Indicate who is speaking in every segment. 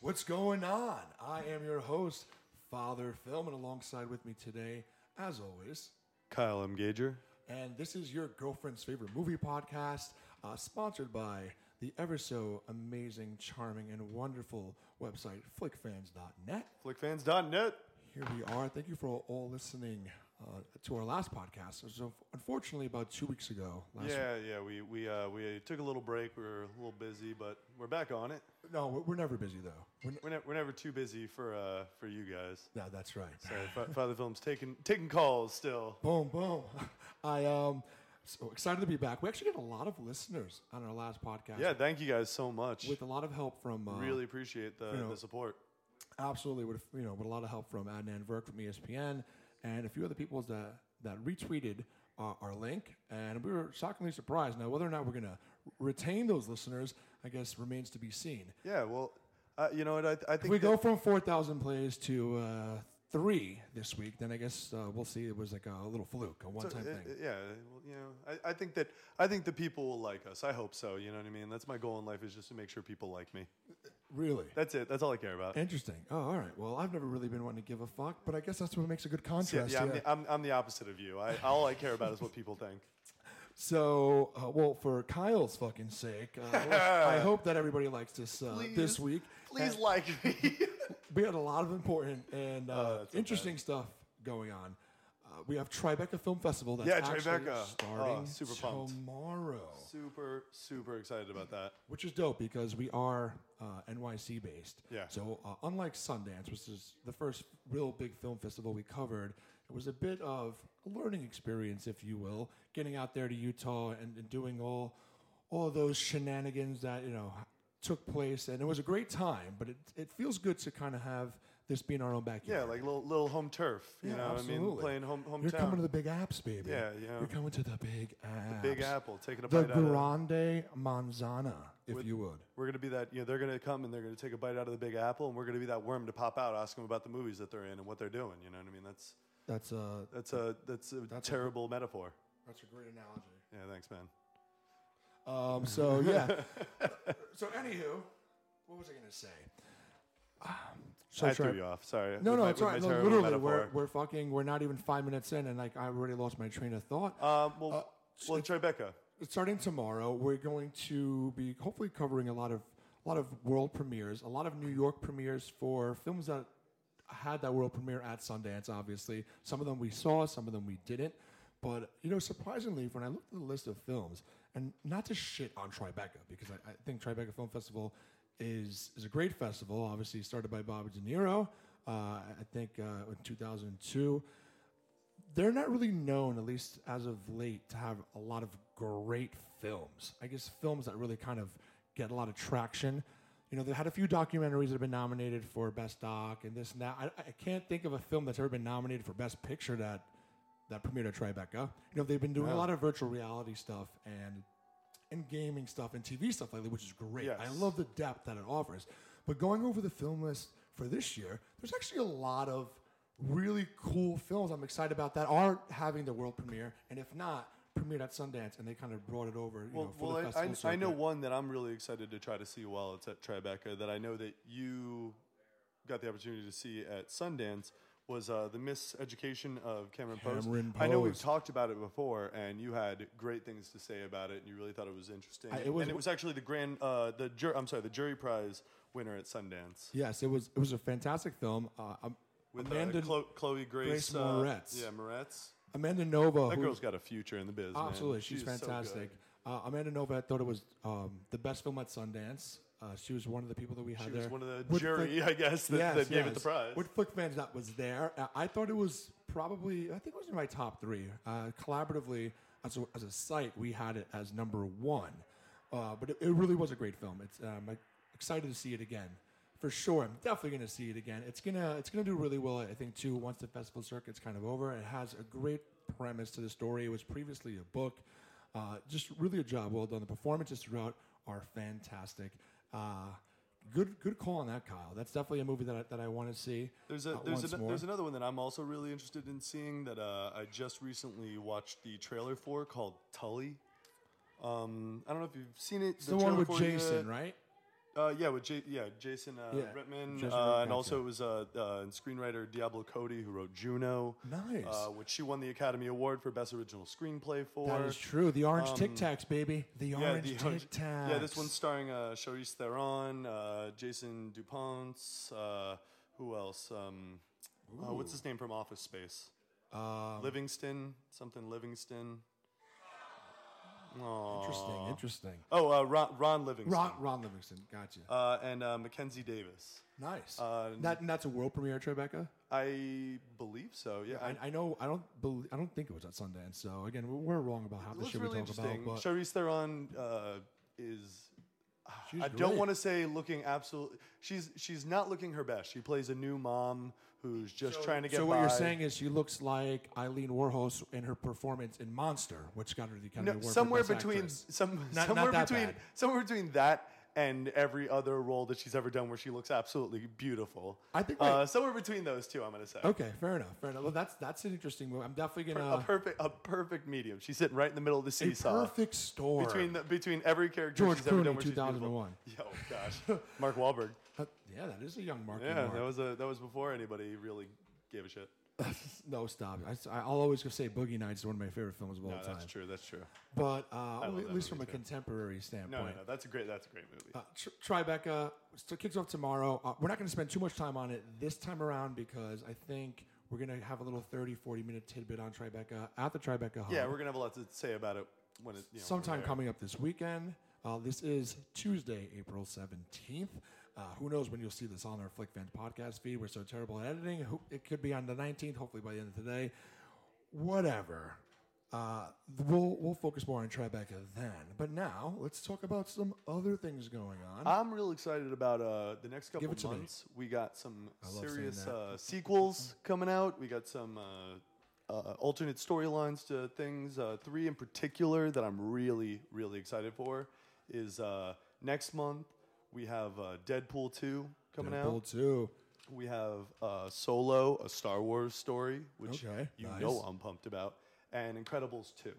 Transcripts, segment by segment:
Speaker 1: What's going on? I am your host, Father Film, and alongside with me today, as always,
Speaker 2: Kyle M. Gager.
Speaker 1: and this is your girlfriend's favorite movie podcast, uh, sponsored by the ever so amazing, charming, and wonderful website, flickfans.net.
Speaker 2: Flickfans.net.
Speaker 1: Here we are. Thank you for all, all listening uh, to our last podcast. It was uh, unfortunately about two weeks ago. Last
Speaker 2: Yeah, yeah. We we uh, we took a little break. We were a little busy, but we're back on it.
Speaker 1: week. No, we're we're never busy, though. We're n-
Speaker 2: We're, ne- we're never too busy for uh, for you guys.
Speaker 1: no, that's right.
Speaker 2: So Fa- Father Film's taking taking calls still.
Speaker 1: Boom, boom. I um so excited to be back. We actually got a lot of listeners on our last podcast.
Speaker 2: Yeah, thank you guys so much.
Speaker 1: With a lot of help from uh,
Speaker 2: really appreciate the,
Speaker 1: know-
Speaker 2: the support.
Speaker 1: absolutely with you know with a lot of help from Adnan Verk from E ESPN and a few other people that that retweeted our, our link and we were shockingly surprised. Now whether or not we're gonna retain those listeners, I guess remains to be seen.
Speaker 2: Yeah, well, uh, you know what? I, I
Speaker 1: If
Speaker 2: think
Speaker 1: we
Speaker 2: that-
Speaker 1: go from four thousand plays to uh, three this week, then I guess uh, we'll see. It was like a little fluke, a one-time
Speaker 2: Uh,
Speaker 1: thing.
Speaker 2: uh, Yeah, well, you know, I, I think that I think the people will like us. I hope so. You know what I mean? That's my goal in life is just to make sure people like me.
Speaker 1: really.
Speaker 2: That's it. That's all I care about.
Speaker 1: Interesting. Oh, all right. Well, I've never really been one to give a fuck, but I guess that's what makes a good
Speaker 2: Yeah,
Speaker 1: contrast.
Speaker 2: yeah,
Speaker 1: Yeah,
Speaker 2: I'm, the, I'm, I'm the opposite of you. I, all I care about is what people think.
Speaker 1: So, uh, well, for Kyle's fucking sake, uh, well, I hope that everybody likes this uh, this
Speaker 2: Please-
Speaker 1: week.
Speaker 2: Please
Speaker 1: Uh,
Speaker 2: like me.
Speaker 1: we had a lot of important and uh,
Speaker 2: Oh, that's so
Speaker 1: interesting stuff going on. Uh, we have Tribeca Film Festival that's
Speaker 2: Yeah,
Speaker 1: actually
Speaker 2: Tribeca.
Speaker 1: starting
Speaker 2: Oh, super pumped.
Speaker 1: tomorrow,
Speaker 2: super, super excited about that.
Speaker 1: which is dope because we are uh, NYC based.
Speaker 2: Yeah.
Speaker 1: So uh, unlike Sundance, which is the first real big film festival we covered, it was a bit of a learning experience, if you will, getting out there to Utah and, and doing all all those shenanigans that you know took place, and it was a great time. But it it feels good to kind of have this be in our own
Speaker 2: Yeah,
Speaker 1: backyard.
Speaker 2: like little, little home turf. You know what I mean? Playing home, hometown.
Speaker 1: You're coming to the Big Apps, baby.
Speaker 2: Yeah, yeah.
Speaker 1: You're coming to the Big Apps.
Speaker 2: Big Apple, taking a
Speaker 1: The
Speaker 2: bite out of
Speaker 1: Grande Manzana, if you would.
Speaker 2: We're going to be that, you know, they're going to come and they're going to take a bite out of the Big Apple and we're going to be that worm to pop out, ask them about the movies that they're in and what they're doing. You know what I mean? That's,
Speaker 1: That's uh, a
Speaker 2: that's a, that's a terrible metaphor.
Speaker 1: that's a great analogy.
Speaker 2: Yeah, thanks, man.
Speaker 1: Um, so yeah. so anywho, what was I gonna say? Um, so
Speaker 2: I
Speaker 1: sorry.
Speaker 2: threw you off. Sorry.
Speaker 1: No,
Speaker 2: With
Speaker 1: no,
Speaker 2: my-
Speaker 1: it's
Speaker 2: with
Speaker 1: all right.
Speaker 2: my
Speaker 1: No,
Speaker 2: terrible
Speaker 1: literally,
Speaker 2: metaphor.
Speaker 1: we're, we're fucking. We're not even five minutes in, and like I already lost my train of thought.
Speaker 2: Um, well,
Speaker 1: Uh,
Speaker 2: well, Tribeca.
Speaker 1: starting tomorrow, we're going to be hopefully covering a lot of a lot of world premieres, a lot of New York premieres for films that had that world premiere at Sundance. Obviously, some of them we saw, some of them we didn't. But you know, surprisingly, when I looked at the list of films, and not to shit on Tribeca because I, I think Tribeca Film Festival is is a great festival. Obviously, started by Bobby De Niro, uh, I think uh, in 2002 they're not really known, at least as of late, to have a lot of great films. I guess films that really kind of get a lot of traction. You know, they had a few documentaries that have been nominated for Best Doc and this and that. I, I can't think of a film that's ever been nominated for Best Picture that that premiered at Tribeca. You know, they've been doing a lot of virtual reality stuff and and gaming stuff and TV stuff lately, which is great.
Speaker 2: Yes.
Speaker 1: I love the depth that it offers. But going over the film list for this year, there's actually a lot of really cool films I'm excited about that are having the world premiere, and if not, premiered at Sundance, and they kind of brought it over. You know,
Speaker 2: Well,
Speaker 1: for
Speaker 2: well
Speaker 1: the
Speaker 2: I,
Speaker 1: festival
Speaker 2: I, I know
Speaker 1: circuit.
Speaker 2: one that I'm really excited to try to see while it's at Tribeca that I know that you got the opportunity to see at Sundance was uh, the miseducation of Cameron,
Speaker 1: Cameron
Speaker 2: I know we've
Speaker 1: Post.
Speaker 2: talked about it before, and you had great things to say about it, and you really thought it was interesting.
Speaker 1: I- it was-
Speaker 2: and it was actually the grand, uh, the jur- I'm sorry, the jury prize winner at Sundance
Speaker 1: Yes, it was it was a fantastic film. Uh, um,
Speaker 2: with uh,
Speaker 1: Amanda
Speaker 2: Chlo- Chloe Grace,
Speaker 1: Grace
Speaker 2: uh,
Speaker 1: Moretz.
Speaker 2: yeah, Moretz.
Speaker 1: Amanda Nova,
Speaker 2: That
Speaker 1: who-
Speaker 2: girl's got a future in the biz. man.
Speaker 1: Absolutely, she's,
Speaker 2: so good.
Speaker 1: fantastic. uh, Amanda Nova thought it was um, the best film at Sundance. Uh, she was one of the people that we had
Speaker 2: She
Speaker 1: there.
Speaker 2: was one of the
Speaker 1: With
Speaker 2: jury,
Speaker 1: Flick-
Speaker 2: I guess, that,
Speaker 1: Yes,
Speaker 2: that gave it the
Speaker 1: yes.
Speaker 2: prize.
Speaker 1: With Flick fans that was there, Uh, I thought it was probably, I think it was in my top three. Uh, collaboratively, as a, as a site, we had it as number one. Uh, but it, it really was a great film. It's um, I'm excited to see it again. For sure, I'm definitely going to see it again. It's gonna, it's gonna do really well, I think, too. Once the festival circuit's kind of over, it has a great premise to the story. It was previously a book. Uh, just really a job well done. The performances throughout are fantastic. Uh, good, good call on that, Kyle. That's definitely a movie that I, that I want to see.
Speaker 2: There's a
Speaker 1: uh,
Speaker 2: there's
Speaker 1: once
Speaker 2: a,
Speaker 1: more.
Speaker 2: there's another one that I'm also really interested in seeing that uh, I just recently watched the trailer for called Tully. Um, I don't know if you've seen it.
Speaker 1: It's the one with
Speaker 2: trailer for it
Speaker 1: Jason,
Speaker 2: yet.
Speaker 1: right?
Speaker 2: Uh, yeah, with J- yeah Jason uh,
Speaker 1: Yeah,
Speaker 2: Reitman,
Speaker 1: Jason
Speaker 2: uh,
Speaker 1: Reitman,
Speaker 2: and also
Speaker 1: yeah.
Speaker 2: it was uh, uh, and screenwriter Diablo Cody who wrote Juno.
Speaker 1: Nice.
Speaker 2: Uh, which she won the Academy Award for Best Original Screenplay for.
Speaker 1: That is true. The orange Tic
Speaker 2: um,
Speaker 1: Tacs, baby. The
Speaker 2: Yeah,
Speaker 1: orange
Speaker 2: the
Speaker 1: Tic
Speaker 2: orange-
Speaker 1: Tacs.
Speaker 2: yeah, this one's starring uh, Charlize Theron, uh, Jason Duponts, uh, who else? Um, uh, what's his name from Office Space?
Speaker 1: Um,
Speaker 2: Livingston, something Livingston. Aw.
Speaker 1: interesting. Interesting.
Speaker 2: Oh, uh, Ron, Ron Livingston.
Speaker 1: Ron, Ron Livingston. Gotcha.
Speaker 2: Uh, and uh, Mackenzie Davis.
Speaker 1: nice.
Speaker 2: Uh,
Speaker 1: that, and that's a world premiere at Tribeca.
Speaker 2: I believe so. Yeah, I-
Speaker 1: I, I know. I don't. Believe, I don't think it was at Sundance. So again, we're, we're wrong about half
Speaker 2: it
Speaker 1: the
Speaker 2: looks
Speaker 1: shit
Speaker 2: really
Speaker 1: we talk about.
Speaker 2: interesting.
Speaker 1: But
Speaker 2: Charlize Theron uh, is.
Speaker 1: she's
Speaker 2: I don't
Speaker 1: great.
Speaker 2: want to say looking absolutely. She's she's not looking her best. She plays a new mom who's just trying to get.
Speaker 1: So what you're
Speaker 2: by.
Speaker 1: saying is she looks like Eileen Warhol in her performance in Monster, which got her the Academy
Speaker 2: No,
Speaker 1: Award. for
Speaker 2: somewhere
Speaker 1: Best
Speaker 2: between
Speaker 1: Actress.
Speaker 2: some
Speaker 1: Not-
Speaker 2: somewhere
Speaker 1: not that
Speaker 2: between
Speaker 1: bad.
Speaker 2: somewhere between that and every other role that she's ever done where she looks absolutely beautiful.
Speaker 1: I think
Speaker 2: uh,
Speaker 1: my-
Speaker 2: somewhere between those two, I'm gonna say.
Speaker 1: Okay, fair enough. Fair enough. Well, that's that's an interesting movie. I'm definitely
Speaker 2: Per-
Speaker 1: gonna
Speaker 2: a perfect a perfect medium. She's sitting right in the middle of the
Speaker 1: a
Speaker 2: seesaw.
Speaker 1: perfect store
Speaker 2: between the, between every character
Speaker 1: George
Speaker 2: she's ever done
Speaker 1: Clooney,
Speaker 2: where she's beautiful.
Speaker 1: 2001.
Speaker 2: Yo, gosh, Mark Wahlberg.
Speaker 1: Uh, yeah, that is a young Mark.
Speaker 2: Yeah,
Speaker 1: Wahlberg.
Speaker 2: that was a that was before anybody really gave a shit.
Speaker 1: No, stop. I, will always say Boogie Nights is one of my favorite films of all
Speaker 2: No,
Speaker 1: time.
Speaker 2: that's true. That's true.
Speaker 1: But uh, well,
Speaker 2: love
Speaker 1: at
Speaker 2: that
Speaker 1: least from a
Speaker 2: movie, too.
Speaker 1: contemporary
Speaker 2: No, no,
Speaker 1: standpoint.
Speaker 2: no, that's a great that's a great movie.
Speaker 1: Uh, Tr- Tribeca so kicks off tomorrow. Uh, we're not going to spend too much time on it this time around because I think we're going to have a little 30, 40 minute tidbit on Tribeca at the Tribeca Hub.
Speaker 2: yeah, we're gonna have a lot to say about it when it you know, when we're
Speaker 1: uh, sometime
Speaker 2: there.
Speaker 1: coming up this weekend. Uh, this is Tuesday, April 17th. Uh, who knows when you'll see this on our Flick Fans podcast feed? We're so terrible at editing. Who- It could be on the 19th, hopefully by the end of today. Whatever. Uh, we'll, we'll focus more on Tribeca then. But now, let's talk about some other things going on.
Speaker 2: I'm real excited about uh, the next couple
Speaker 1: it to me.
Speaker 2: months. We got some
Speaker 1: love saying
Speaker 2: serious
Speaker 1: that.
Speaker 2: uh, sequels coming out. We got some uh, uh, alternate storylines to things. Uh, three in particular that I'm really, really excited for is uh, next month we have uh, Deadpool 2 coming out.
Speaker 1: Deadpool 2.
Speaker 2: We have uh, Solo, a Star Wars story, which
Speaker 1: Okay,
Speaker 2: you
Speaker 1: nice.
Speaker 2: know I'm pumped about, and Incredibles 2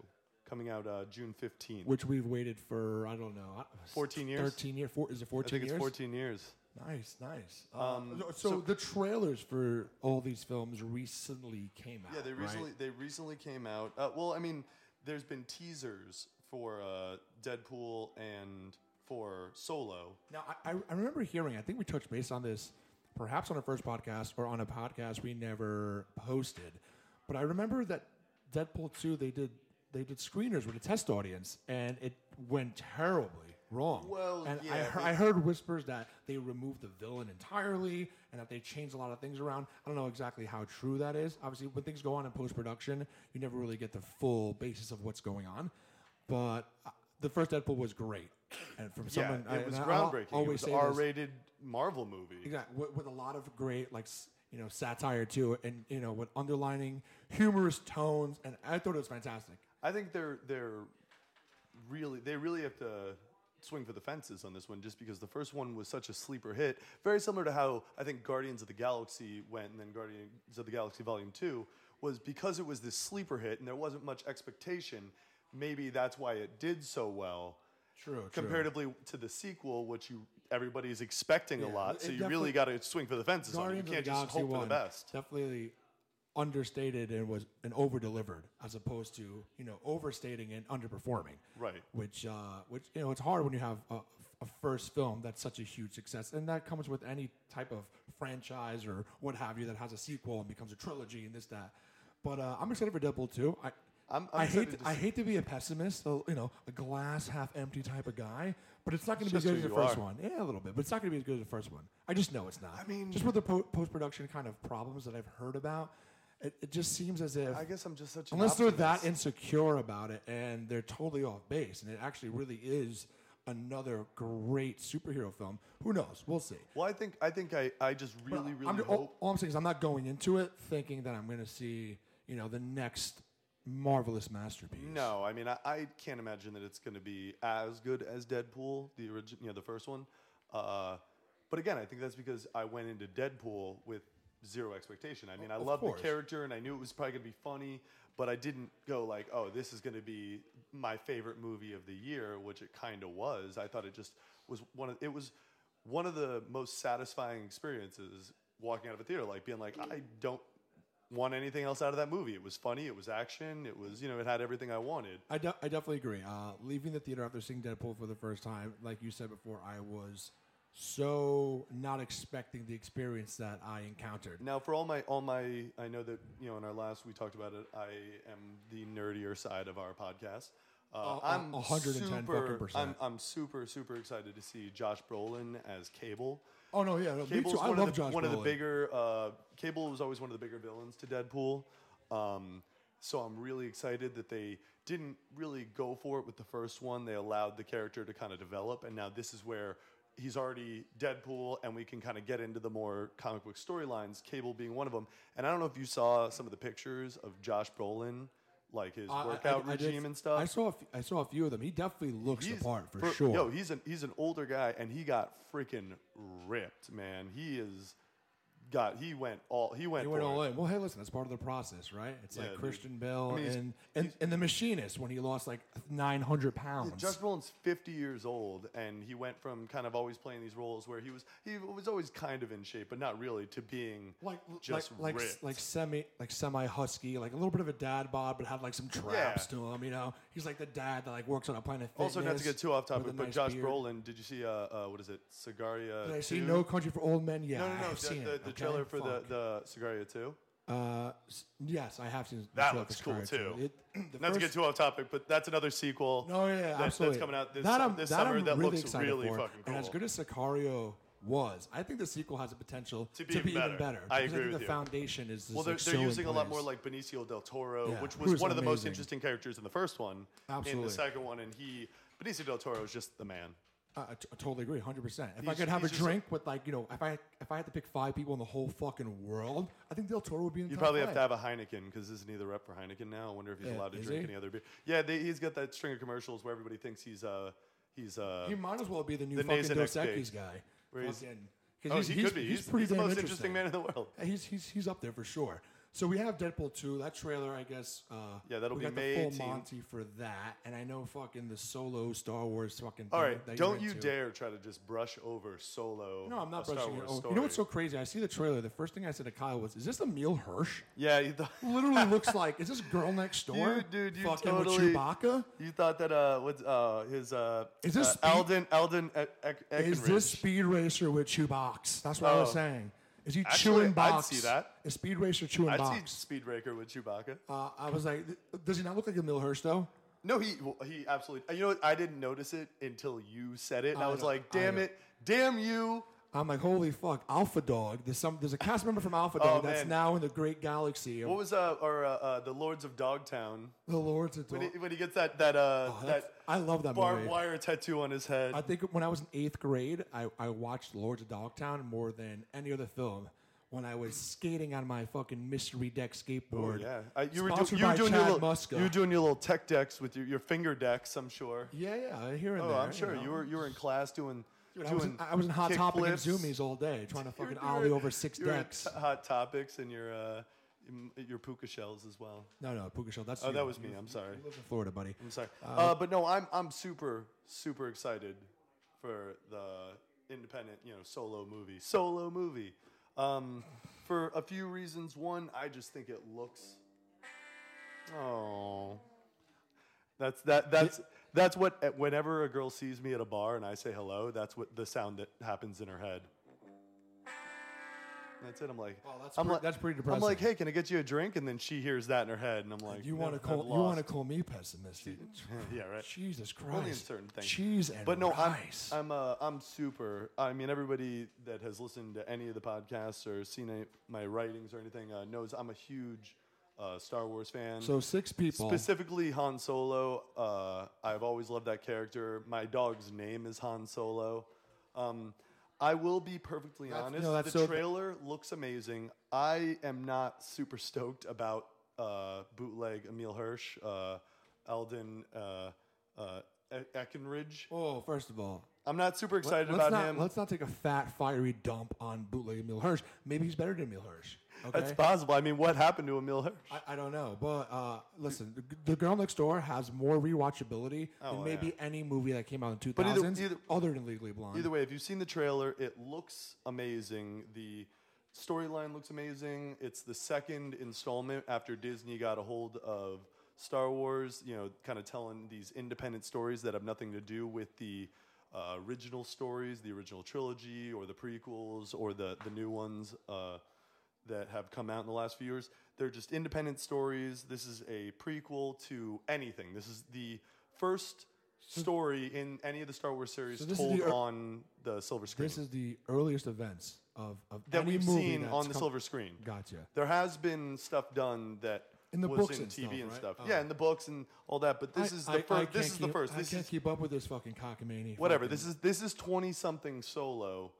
Speaker 2: coming out uh, June 15th.
Speaker 1: which we've waited for I don't know,
Speaker 2: 14 years?
Speaker 1: 13 years, four, is it
Speaker 2: I
Speaker 1: 14
Speaker 2: think
Speaker 1: years?
Speaker 2: it's 14 years.
Speaker 1: Nice, nice. Um, so, the trailers for all these films recently came out.
Speaker 2: Yeah, they
Speaker 1: right?
Speaker 2: recently they recently came out. Uh, well, I mean, there's been teasers for uh, Deadpool and for Solo.
Speaker 1: Now I, I- I remember hearing. I think we touched base on this, perhaps on our first podcast or on a podcast we never posted, but I remember that Deadpool two they did they did screeners with a test audience and it went terribly wrong.
Speaker 2: Well,
Speaker 1: and I,
Speaker 2: yeah,
Speaker 1: heard,
Speaker 2: they-
Speaker 1: I heard whispers that they removed the villain entirely and that they changed a lot of things around. I don't know exactly how true that is. Obviously, when things go on in post production, you never really get the full basis of what's going on. But uh, the first Deadpool was great, and from someone
Speaker 2: yeah,
Speaker 1: I-
Speaker 2: it was
Speaker 1: and I'll
Speaker 2: groundbreaking.
Speaker 1: Always
Speaker 2: It was
Speaker 1: say this.
Speaker 2: R-rated Marvel movie.
Speaker 1: Exactly. With, with a lot of great, like, s- you know, satire too, and, you know, with underlining humorous tones. And I thought it was fantastic.
Speaker 2: I think they're they're really they really have to swing for the fences on this one just because the first one was such a sleeper hit very similar to how i think guardians of the galaxy went and then guardians of the galaxy volume 2 was because it was this sleeper hit and there wasn't much expectation maybe that's why it did so well
Speaker 1: True.
Speaker 2: comparatively to the sequel which you everybody's expecting a
Speaker 1: Yeah,
Speaker 2: lot
Speaker 1: it
Speaker 2: so you
Speaker 1: definitely-
Speaker 2: really got to swing for the fences on it. you
Speaker 1: Guardians
Speaker 2: can't
Speaker 1: of the
Speaker 2: just
Speaker 1: Galaxy
Speaker 2: hope for the
Speaker 1: 1
Speaker 2: best
Speaker 1: Definitely understated and was and over delivered as opposed to, you know, overstating and underperforming.
Speaker 2: Right.
Speaker 1: Which, uh, which you know, it's hard when you have a, a first film that's such a huge success. And that comes with any type of franchise or what have you that has a sequel and becomes a trilogy and this, that. But uh, I'm excited for Deadpool 2. I,
Speaker 2: I'm- I'm
Speaker 1: I hate
Speaker 2: excited to
Speaker 1: I
Speaker 2: see-
Speaker 1: hate to be a pessimist, so, you know, a glass half empty type of guy, but it's not going to be as
Speaker 2: Just
Speaker 1: good as
Speaker 2: who
Speaker 1: the
Speaker 2: you
Speaker 1: first
Speaker 2: are.
Speaker 1: one. Yeah, a little bit, but it's not going to be as good as the first one. I just know it's not. I
Speaker 2: mean-
Speaker 1: just with the po- post production kind of problems that I've heard about, it, it just seems as if
Speaker 2: i guess i'm just such an
Speaker 1: unless they're
Speaker 2: optimist.
Speaker 1: that insecure about it and they're totally off base, and it actually really is another great superhero film. Who knows? We'll see.
Speaker 2: well i think i think i, I just really really
Speaker 1: I'm,
Speaker 2: hope
Speaker 1: all, all I'm saying is I'm not going into it thinking that I'm going to see you know the next marvelous masterpiece.
Speaker 2: No, I mean I, I can't imagine that it's going to be as good as Deadpool, the origin, you know, the first one. Uh, but again, I think that's because I went into Deadpool with zero expectation. I mean, I
Speaker 1: of
Speaker 2: loved
Speaker 1: course.
Speaker 2: the character and I knew it was probably going to be funny, but I didn't go like, "Oh, this is going to be my favorite movie of the year," which it kind of was. I thought it just was one of it was one of the most satisfying experiences walking out of a theater, like being like, I don't want anything else out of that movie. It was funny. It was action. It was you know it had everything I wanted.
Speaker 1: I, de- I definitely agree. Uh, leaving the theater after seeing Deadpool for the first time, like you said before, I was so not expecting the experience that I encountered.
Speaker 2: Now, for all my all my, I know that you know in our last we talked about it. I am the nerdier side of our podcast. Uh,
Speaker 1: Oh, a-
Speaker 2: I'm
Speaker 1: a hundred and ten fucking
Speaker 2: super, I'm,
Speaker 1: percent.
Speaker 2: I'm super super excited to see Josh Brolin as Cable.
Speaker 1: Oh no, yeah, no, me
Speaker 2: Cable's
Speaker 1: too. I
Speaker 2: one
Speaker 1: love
Speaker 2: of the,
Speaker 1: Josh
Speaker 2: one of the
Speaker 1: Brolin.
Speaker 2: bigger. Uh, Cable was always one of the bigger villains to Deadpool. Um, so I'm really excited that they didn't really go for it with the first one. They allowed the character to kind of develop, and now this is where he's already Deadpool, and we can kind of get into the more comic book storylines. Cable being one of them. And I don't know if you saw some of the pictures of Josh Brolin, like his
Speaker 1: I- I-
Speaker 2: workout
Speaker 1: I did-
Speaker 2: regime and stuff.
Speaker 1: I saw a f- I saw a few of them. He definitely looks the
Speaker 2: He's-
Speaker 1: part for,
Speaker 2: for-
Speaker 1: sure.
Speaker 2: Yo, he's an he's an older guy, and he got freaking ripped, man. He is got he went all he went,
Speaker 1: He went
Speaker 2: for
Speaker 1: all
Speaker 2: it.
Speaker 1: in. Well, hey, listen, that's part of the process, right? It's
Speaker 2: Yeah,
Speaker 1: like
Speaker 2: dude.
Speaker 1: Christian Bell
Speaker 2: I mean, he's-
Speaker 1: and, and, and the Machinist when he lost like 900 pounds.
Speaker 2: Josh Brolin's 50 years old, and he went from kind of always playing these roles where he was he was always kind of in shape, but not really, to being
Speaker 1: like
Speaker 2: just
Speaker 1: like like,
Speaker 2: ripped.
Speaker 1: like semi like semi husky, like a little bit of a dad bod, but had like some traps to him. You know, he's like the dad that like works on a planet.
Speaker 2: also, not to
Speaker 1: Fitness
Speaker 2: get too off
Speaker 1: with
Speaker 2: topic,
Speaker 1: a
Speaker 2: but
Speaker 1: nice
Speaker 2: Josh
Speaker 1: beard.
Speaker 2: Brolin, did you see uh, uh what is it, Cigaria?
Speaker 1: Did I see
Speaker 2: 2?
Speaker 1: No Country for Old Men? Yeah,
Speaker 2: no, no,
Speaker 1: I
Speaker 2: no,
Speaker 1: have
Speaker 2: the,
Speaker 1: seen
Speaker 2: the,
Speaker 1: it,
Speaker 2: the
Speaker 1: okay?
Speaker 2: trailer for
Speaker 1: Fuck.
Speaker 2: the the Cigaria Two.
Speaker 1: Uh, s- yes, I have seen. the
Speaker 2: That
Speaker 1: trailer
Speaker 2: looks
Speaker 1: for
Speaker 2: cool,
Speaker 1: Scarlet Johansson.
Speaker 2: too.
Speaker 1: It, the
Speaker 2: Not to get
Speaker 1: first-
Speaker 2: too off topic, but that's another sequel.
Speaker 1: No, yeah, yeah,
Speaker 2: that-
Speaker 1: absolutely.
Speaker 2: That's coming out this,
Speaker 1: that
Speaker 2: su-
Speaker 1: I'm,
Speaker 2: this
Speaker 1: that
Speaker 2: summer.
Speaker 1: I'm
Speaker 2: that
Speaker 1: really
Speaker 2: looks
Speaker 1: excited
Speaker 2: really
Speaker 1: for.
Speaker 2: fucking cool.
Speaker 1: And as good as Sicario was, I think the sequel has the potential
Speaker 2: To be even better. I
Speaker 1: because
Speaker 2: agree
Speaker 1: think
Speaker 2: with
Speaker 1: the
Speaker 2: you.
Speaker 1: foundation is just
Speaker 2: well, they're,
Speaker 1: like,
Speaker 2: they're
Speaker 1: so in
Speaker 2: using a lot more
Speaker 1: place.
Speaker 2: like Benicio del Toro,
Speaker 1: Yeah,
Speaker 2: which
Speaker 1: who
Speaker 2: was
Speaker 1: is
Speaker 2: one of the most
Speaker 1: amazing.
Speaker 2: interesting characters in the first one. In
Speaker 1: Absolutely.
Speaker 2: the second one, and he Benicio del Toro is just the man.
Speaker 1: I, I t- I totally agree, hundred percent. If I
Speaker 2: He's-
Speaker 1: could have a
Speaker 2: he's just a-
Speaker 1: drink with like you know, if I if I had to pick five people in the whole fucking world, I think Del Toro would be in. the
Speaker 2: You
Speaker 1: top
Speaker 2: probably have
Speaker 1: five.
Speaker 2: to have a Heineken because isn't he the rep for Heineken now? I wonder if he's
Speaker 1: Yeah,
Speaker 2: allowed to
Speaker 1: is
Speaker 2: drink
Speaker 1: he?
Speaker 2: any other beer. Yeah, they, he's got that string of commercials where everybody thinks he's uh he's uh
Speaker 1: He might as well be the new
Speaker 2: The
Speaker 1: fucking
Speaker 2: Nasdaq
Speaker 1: Dos
Speaker 2: big.
Speaker 1: Equis guy.
Speaker 2: Where he's-
Speaker 1: Fucking- 'cause
Speaker 2: oh
Speaker 1: he's,
Speaker 2: he
Speaker 1: he's-
Speaker 2: could be
Speaker 1: He's,
Speaker 2: he's,
Speaker 1: pretty
Speaker 2: the
Speaker 1: damn
Speaker 2: most interesting man in the world.
Speaker 1: He's, he's he's up there for sure. So we have Deadpool two. That trailer, I guess. Uh,
Speaker 2: Yeah, that'll
Speaker 1: we
Speaker 2: be
Speaker 1: got
Speaker 2: May
Speaker 1: the full
Speaker 2: 18th.
Speaker 1: Monty for that, and I know fucking the Solo Star Wars fucking.
Speaker 2: All
Speaker 1: thing
Speaker 2: right,
Speaker 1: that you're
Speaker 2: don't you
Speaker 1: into.
Speaker 2: dare try to just brush over Solo.
Speaker 1: No, I'm
Speaker 2: a
Speaker 1: not
Speaker 2: Star
Speaker 1: brushing it.
Speaker 2: Wars
Speaker 1: over.
Speaker 2: Story.
Speaker 1: You know what's so crazy? I see the trailer. The first thing I said to Kyle was, "Is this Emil Hirsch?"
Speaker 2: Yeah, you thought
Speaker 1: Literally looks like is this girl next door?
Speaker 2: Dude, dude, you
Speaker 1: fucking
Speaker 2: totally-
Speaker 1: with Chewbacca.
Speaker 2: You thought that uh, what's uh his uh
Speaker 1: Is this
Speaker 2: uh,
Speaker 1: speed-
Speaker 2: Alden Alden e- E-
Speaker 1: Is
Speaker 2: Eckenridge.
Speaker 1: this Speed Racer with Chewbox? That's what I was
Speaker 2: Oh.
Speaker 1: saying. Is he
Speaker 2: Actually,
Speaker 1: chewing
Speaker 2: I'd
Speaker 1: box?
Speaker 2: see that.
Speaker 1: Is Speed Racer chewing
Speaker 2: I'd
Speaker 1: box?
Speaker 2: see Speedraker with Chewbacca.
Speaker 1: Uh, I was like, th- does he not look like Emil Hirsch though?
Speaker 2: No, he well, he absolutely. You know what? I didn't notice it until you said it, and I,
Speaker 1: I
Speaker 2: was
Speaker 1: know,
Speaker 2: like,
Speaker 1: I
Speaker 2: "Damn
Speaker 1: know.
Speaker 2: it, damn you!"
Speaker 1: I'm like, holy fuck, Alpha Dog. There's some. There's a cast member from Alpha
Speaker 2: Oh,
Speaker 1: Dog that's
Speaker 2: man.
Speaker 1: now in the Great Galaxy. of
Speaker 2: What was uh or uh, uh the Lords of Dogtown
Speaker 1: the Lords of Dog.
Speaker 2: when he, when he gets that that uh
Speaker 1: Oh, that's-
Speaker 2: that
Speaker 1: I love that
Speaker 2: barbed
Speaker 1: movie.
Speaker 2: wire tattoo on his head?
Speaker 1: I think when I was in eighth grade, I, I watched Lords of Dogtown more than any other film. When I was skating on my fucking mystery deck skateboard.
Speaker 2: yeah, uh, you were, do,
Speaker 1: Sponsored
Speaker 2: you were
Speaker 1: by
Speaker 2: doing
Speaker 1: Chad
Speaker 2: your little,
Speaker 1: Muska.
Speaker 2: you were doing your little tech decks with your, your finger decks. I'm sure.
Speaker 1: yeah, yeah, here and
Speaker 2: Oh,
Speaker 1: there.
Speaker 2: I'm sure
Speaker 1: know.
Speaker 2: you were you were in class doing.
Speaker 1: Dude, I,
Speaker 2: doing
Speaker 1: was in, I was in Hot
Speaker 2: kick
Speaker 1: Topic
Speaker 2: flips.
Speaker 1: and Zoomies all day, trying to
Speaker 2: You're
Speaker 1: fucking
Speaker 2: doing-
Speaker 1: ollie over six
Speaker 2: you're in
Speaker 1: decks.
Speaker 2: t- hot topics and your uh, m- your puka shells as well.
Speaker 1: No, no, Puka Shell. That's
Speaker 2: Oh,
Speaker 1: you.
Speaker 2: that was
Speaker 1: You
Speaker 2: me. I'm sorry.
Speaker 1: live in Florida, buddy.
Speaker 2: I'm sorry. Uh, but no, I'm I'm super super excited for the independent you know solo movie solo movie. Um, for a few reasons. One, I just think it looks. Oh, that's that that's. That's what. uh, Whenever a girl sees me at a bar and I say hello, that's what the sound that happens in her head. That's it. I'm like,
Speaker 1: Wow, that's
Speaker 2: I'm
Speaker 1: pre-
Speaker 2: like,
Speaker 1: that's pretty
Speaker 2: I'm like,
Speaker 1: depressing.
Speaker 2: hey, can I get you a drink? And then she hears that in her head, and I'm like,
Speaker 1: You
Speaker 2: "Man,
Speaker 1: want to
Speaker 2: I've
Speaker 1: call? You want to
Speaker 2: lost."
Speaker 1: call me pessimistic?
Speaker 2: yeah, right.
Speaker 1: Jesus Christ!
Speaker 2: Only in certain things.
Speaker 1: Cheese and
Speaker 2: But no,
Speaker 1: rice.
Speaker 2: I'm I'm uh, I'm super. I mean, everybody that has listened to any of the podcasts or seen any, my writings or anything uh, knows I'm a huge uh, Star Wars fan.
Speaker 1: so six people.
Speaker 2: specifically Han Solo. Uh, I've always loved that character. My dog's name is Han Solo. Um, I will be perfectly
Speaker 1: That's-
Speaker 2: honest.
Speaker 1: no, that's
Speaker 2: the
Speaker 1: so-
Speaker 2: trailer looks amazing. I am not super stoked about uh, bootleg Emil Hirsch, uh, Alden uh, uh, E- Eckenridge.
Speaker 1: Oh, first of all,
Speaker 2: I'm not super excited
Speaker 1: let's
Speaker 2: about
Speaker 1: not,
Speaker 2: him.
Speaker 1: Let's not take a fat, fiery dump on bootleg Emil Hirsch. Maybe he's better than Emil Hirsch. Okay?
Speaker 2: That's possible. I mean, what happened to Emil Hirsch?
Speaker 1: I, I don't know, but uh, listen, the, the Girl Next Door has more rewatchability than
Speaker 2: well,
Speaker 1: maybe
Speaker 2: Oh, yeah.
Speaker 1: any movie that came out in two
Speaker 2: either-
Speaker 1: thousands,
Speaker 2: either-
Speaker 1: other than Legally Blonde.
Speaker 2: Either way, if you've seen the trailer, it looks amazing. The storyline looks amazing. It's the second installment after Disney got a hold of Star Wars, you know, kind of telling these independent stories that have nothing to do with the uh, original stories, the original trilogy, or the prequels, or the, the new ones uh, that have come out in the last few years. They're just independent stories. This is a prequel to anything. This is the first story in any of the Star Wars series
Speaker 1: So this is
Speaker 2: told
Speaker 1: the er-
Speaker 2: on the silver screen
Speaker 1: this is the earliest events of, of
Speaker 2: that
Speaker 1: any
Speaker 2: we've
Speaker 1: movie
Speaker 2: seen
Speaker 1: that's
Speaker 2: on the
Speaker 1: come-
Speaker 2: silver screen.
Speaker 1: Gotcha.
Speaker 2: There has been stuff done that
Speaker 1: In the
Speaker 2: was
Speaker 1: books
Speaker 2: in
Speaker 1: and
Speaker 2: TV
Speaker 1: stuff,
Speaker 2: and
Speaker 1: right?
Speaker 2: stuff.
Speaker 1: Oh.
Speaker 2: Yeah, in the books and all that. But this
Speaker 1: I-
Speaker 2: is the
Speaker 1: I- I
Speaker 2: first.
Speaker 1: can't
Speaker 2: This is the
Speaker 1: keep-
Speaker 2: first.
Speaker 1: I
Speaker 2: This
Speaker 1: can't
Speaker 2: is
Speaker 1: keep up with this fucking cockamamie.
Speaker 2: whatever.
Speaker 1: fucking-
Speaker 2: This is this is twenty something solo,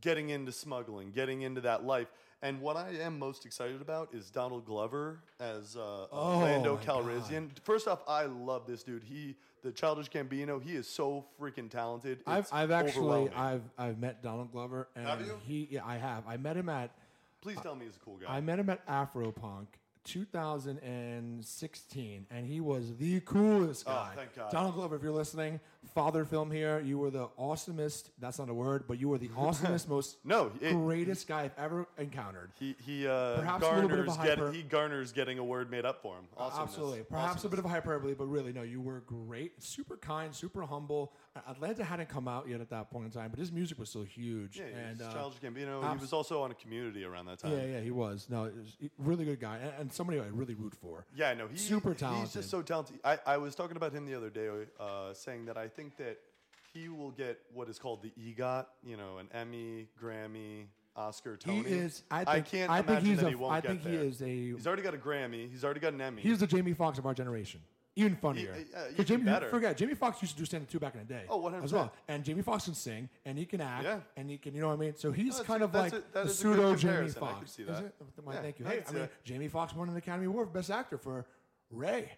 Speaker 2: getting into smuggling, getting into that life. And what I am most excited about is Donald Glover as uh, uh, Lando
Speaker 1: Oh my God.
Speaker 2: Calrissian. First off, I love this dude. He, the childish Gambino, he is so freaking talented.
Speaker 1: I've,
Speaker 2: It's
Speaker 1: I've actually
Speaker 2: overwhelming.
Speaker 1: I've I've met Donald Glover and
Speaker 2: Have you?
Speaker 1: he yeah, I have I met him at
Speaker 2: Please tell me he's a cool guy.
Speaker 1: I met him at Afropunk 2016 and he was the coolest guy.
Speaker 2: Oh, thank God.
Speaker 1: Donald Glover, if you're listening, father film here. You were the awesomest. That's not a word, but you were the awesomest, most
Speaker 2: No, it-
Speaker 1: greatest guy I've ever encountered.
Speaker 2: He he uh,
Speaker 1: Perhaps a little bit of
Speaker 2: garners
Speaker 1: a
Speaker 2: get,
Speaker 1: hyper-
Speaker 2: he garners getting a word made up for him. Awesomeness.
Speaker 1: Absolutely. Perhaps a bit of a hyperbole, but really, no, you were great. Super kind, super humble. Uh, Atlanta hadn't come out yet at that point in time, but his music was still huge.
Speaker 2: Awesomeness. Yeah,
Speaker 1: and,
Speaker 2: and,
Speaker 1: uh,
Speaker 2: Childish Gambino.
Speaker 1: abs-
Speaker 2: he was also on a Community around that time.
Speaker 1: yeah, yeah, he was. No, it was a really good guy and, and somebody I really root for.
Speaker 2: Yeah, no, he,
Speaker 1: Super
Speaker 2: He's
Speaker 1: talented.
Speaker 2: just so talented. I, I was talking about him the other day, uh, saying that I think that he will get what is called the EGOT, you know, an Emmy, Grammy, Oscar,
Speaker 1: He
Speaker 2: Tony.
Speaker 1: is. I think. I,
Speaker 2: can't
Speaker 1: think
Speaker 2: imagine
Speaker 1: he's
Speaker 2: that
Speaker 1: a.
Speaker 2: he won't
Speaker 1: I
Speaker 2: get
Speaker 1: think he
Speaker 2: there.
Speaker 1: is a.
Speaker 2: He's already got a Grammy. He's already got an Emmy.
Speaker 1: He's the Jamie Foxx of our generation. Even funnier.
Speaker 2: uh, even
Speaker 1: 'Cause Jamie,
Speaker 2: better.
Speaker 1: forget Jamie Foxx used to do stand up too back in the day.
Speaker 2: Oh,
Speaker 1: As
Speaker 2: 100%.
Speaker 1: well, and Jamie Foxx can sing, and he can act,
Speaker 2: Yeah.
Speaker 1: and he can, you know what I mean. So he's
Speaker 2: that's-
Speaker 1: kind of
Speaker 2: that's
Speaker 1: like
Speaker 2: a- that
Speaker 1: the
Speaker 2: is a good
Speaker 1: pseudo Jamie
Speaker 2: comparison. I
Speaker 1: Foxx.
Speaker 2: could see
Speaker 1: Is
Speaker 2: that.
Speaker 1: it? Why,
Speaker 2: Yeah,
Speaker 1: thank you.
Speaker 2: I
Speaker 1: Hey,
Speaker 2: could
Speaker 1: I
Speaker 2: see
Speaker 1: mean,
Speaker 2: that.
Speaker 1: Jamie Foxx won an Academy Award for Best Actor for Ray.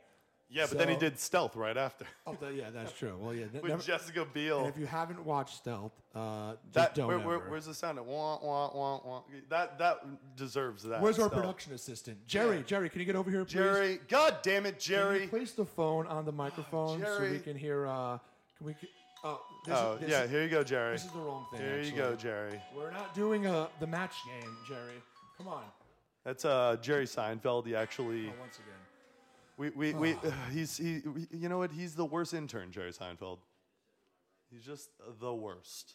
Speaker 2: yeah, but then he
Speaker 1: so-
Speaker 2: did Stealth right after
Speaker 1: Oh, th- yeah, that's true. Well, yeah.
Speaker 2: with
Speaker 1: never-
Speaker 2: Jessica Biel.
Speaker 1: and if you haven't watched Stealth, uh, just
Speaker 2: That
Speaker 1: don't
Speaker 2: where, where,
Speaker 1: ever.
Speaker 2: where's the sound? Of wah, wah, wah, wah. That that deserves that.
Speaker 1: Where's our
Speaker 2: stuff.
Speaker 1: production assistant, Jerry?
Speaker 2: Yeah.
Speaker 1: Jerry, can you get over here, please?
Speaker 2: Jerry, God damn it,
Speaker 1: Can you
Speaker 2: Jerry. Ah,
Speaker 1: place the phone on the microphone so we
Speaker 2: Jerry.
Speaker 1: can hear? Uh, can we? c- Oh, this
Speaker 2: Oh
Speaker 1: is, this
Speaker 2: yeah,
Speaker 1: Is,
Speaker 2: here you go, Jerry.
Speaker 1: this is the wrong thing.
Speaker 2: There you
Speaker 1: actually.
Speaker 2: go, Jerry.
Speaker 1: We're not doing uh the match game, Jerry. Come on,
Speaker 2: That's uh Jerry Seinfeld. He actually,
Speaker 1: Oh, once again.
Speaker 2: we we, we
Speaker 1: Oh.
Speaker 2: he's he, we- you know what? He's the worst intern, Jerry Seinfeld. He's just the worst.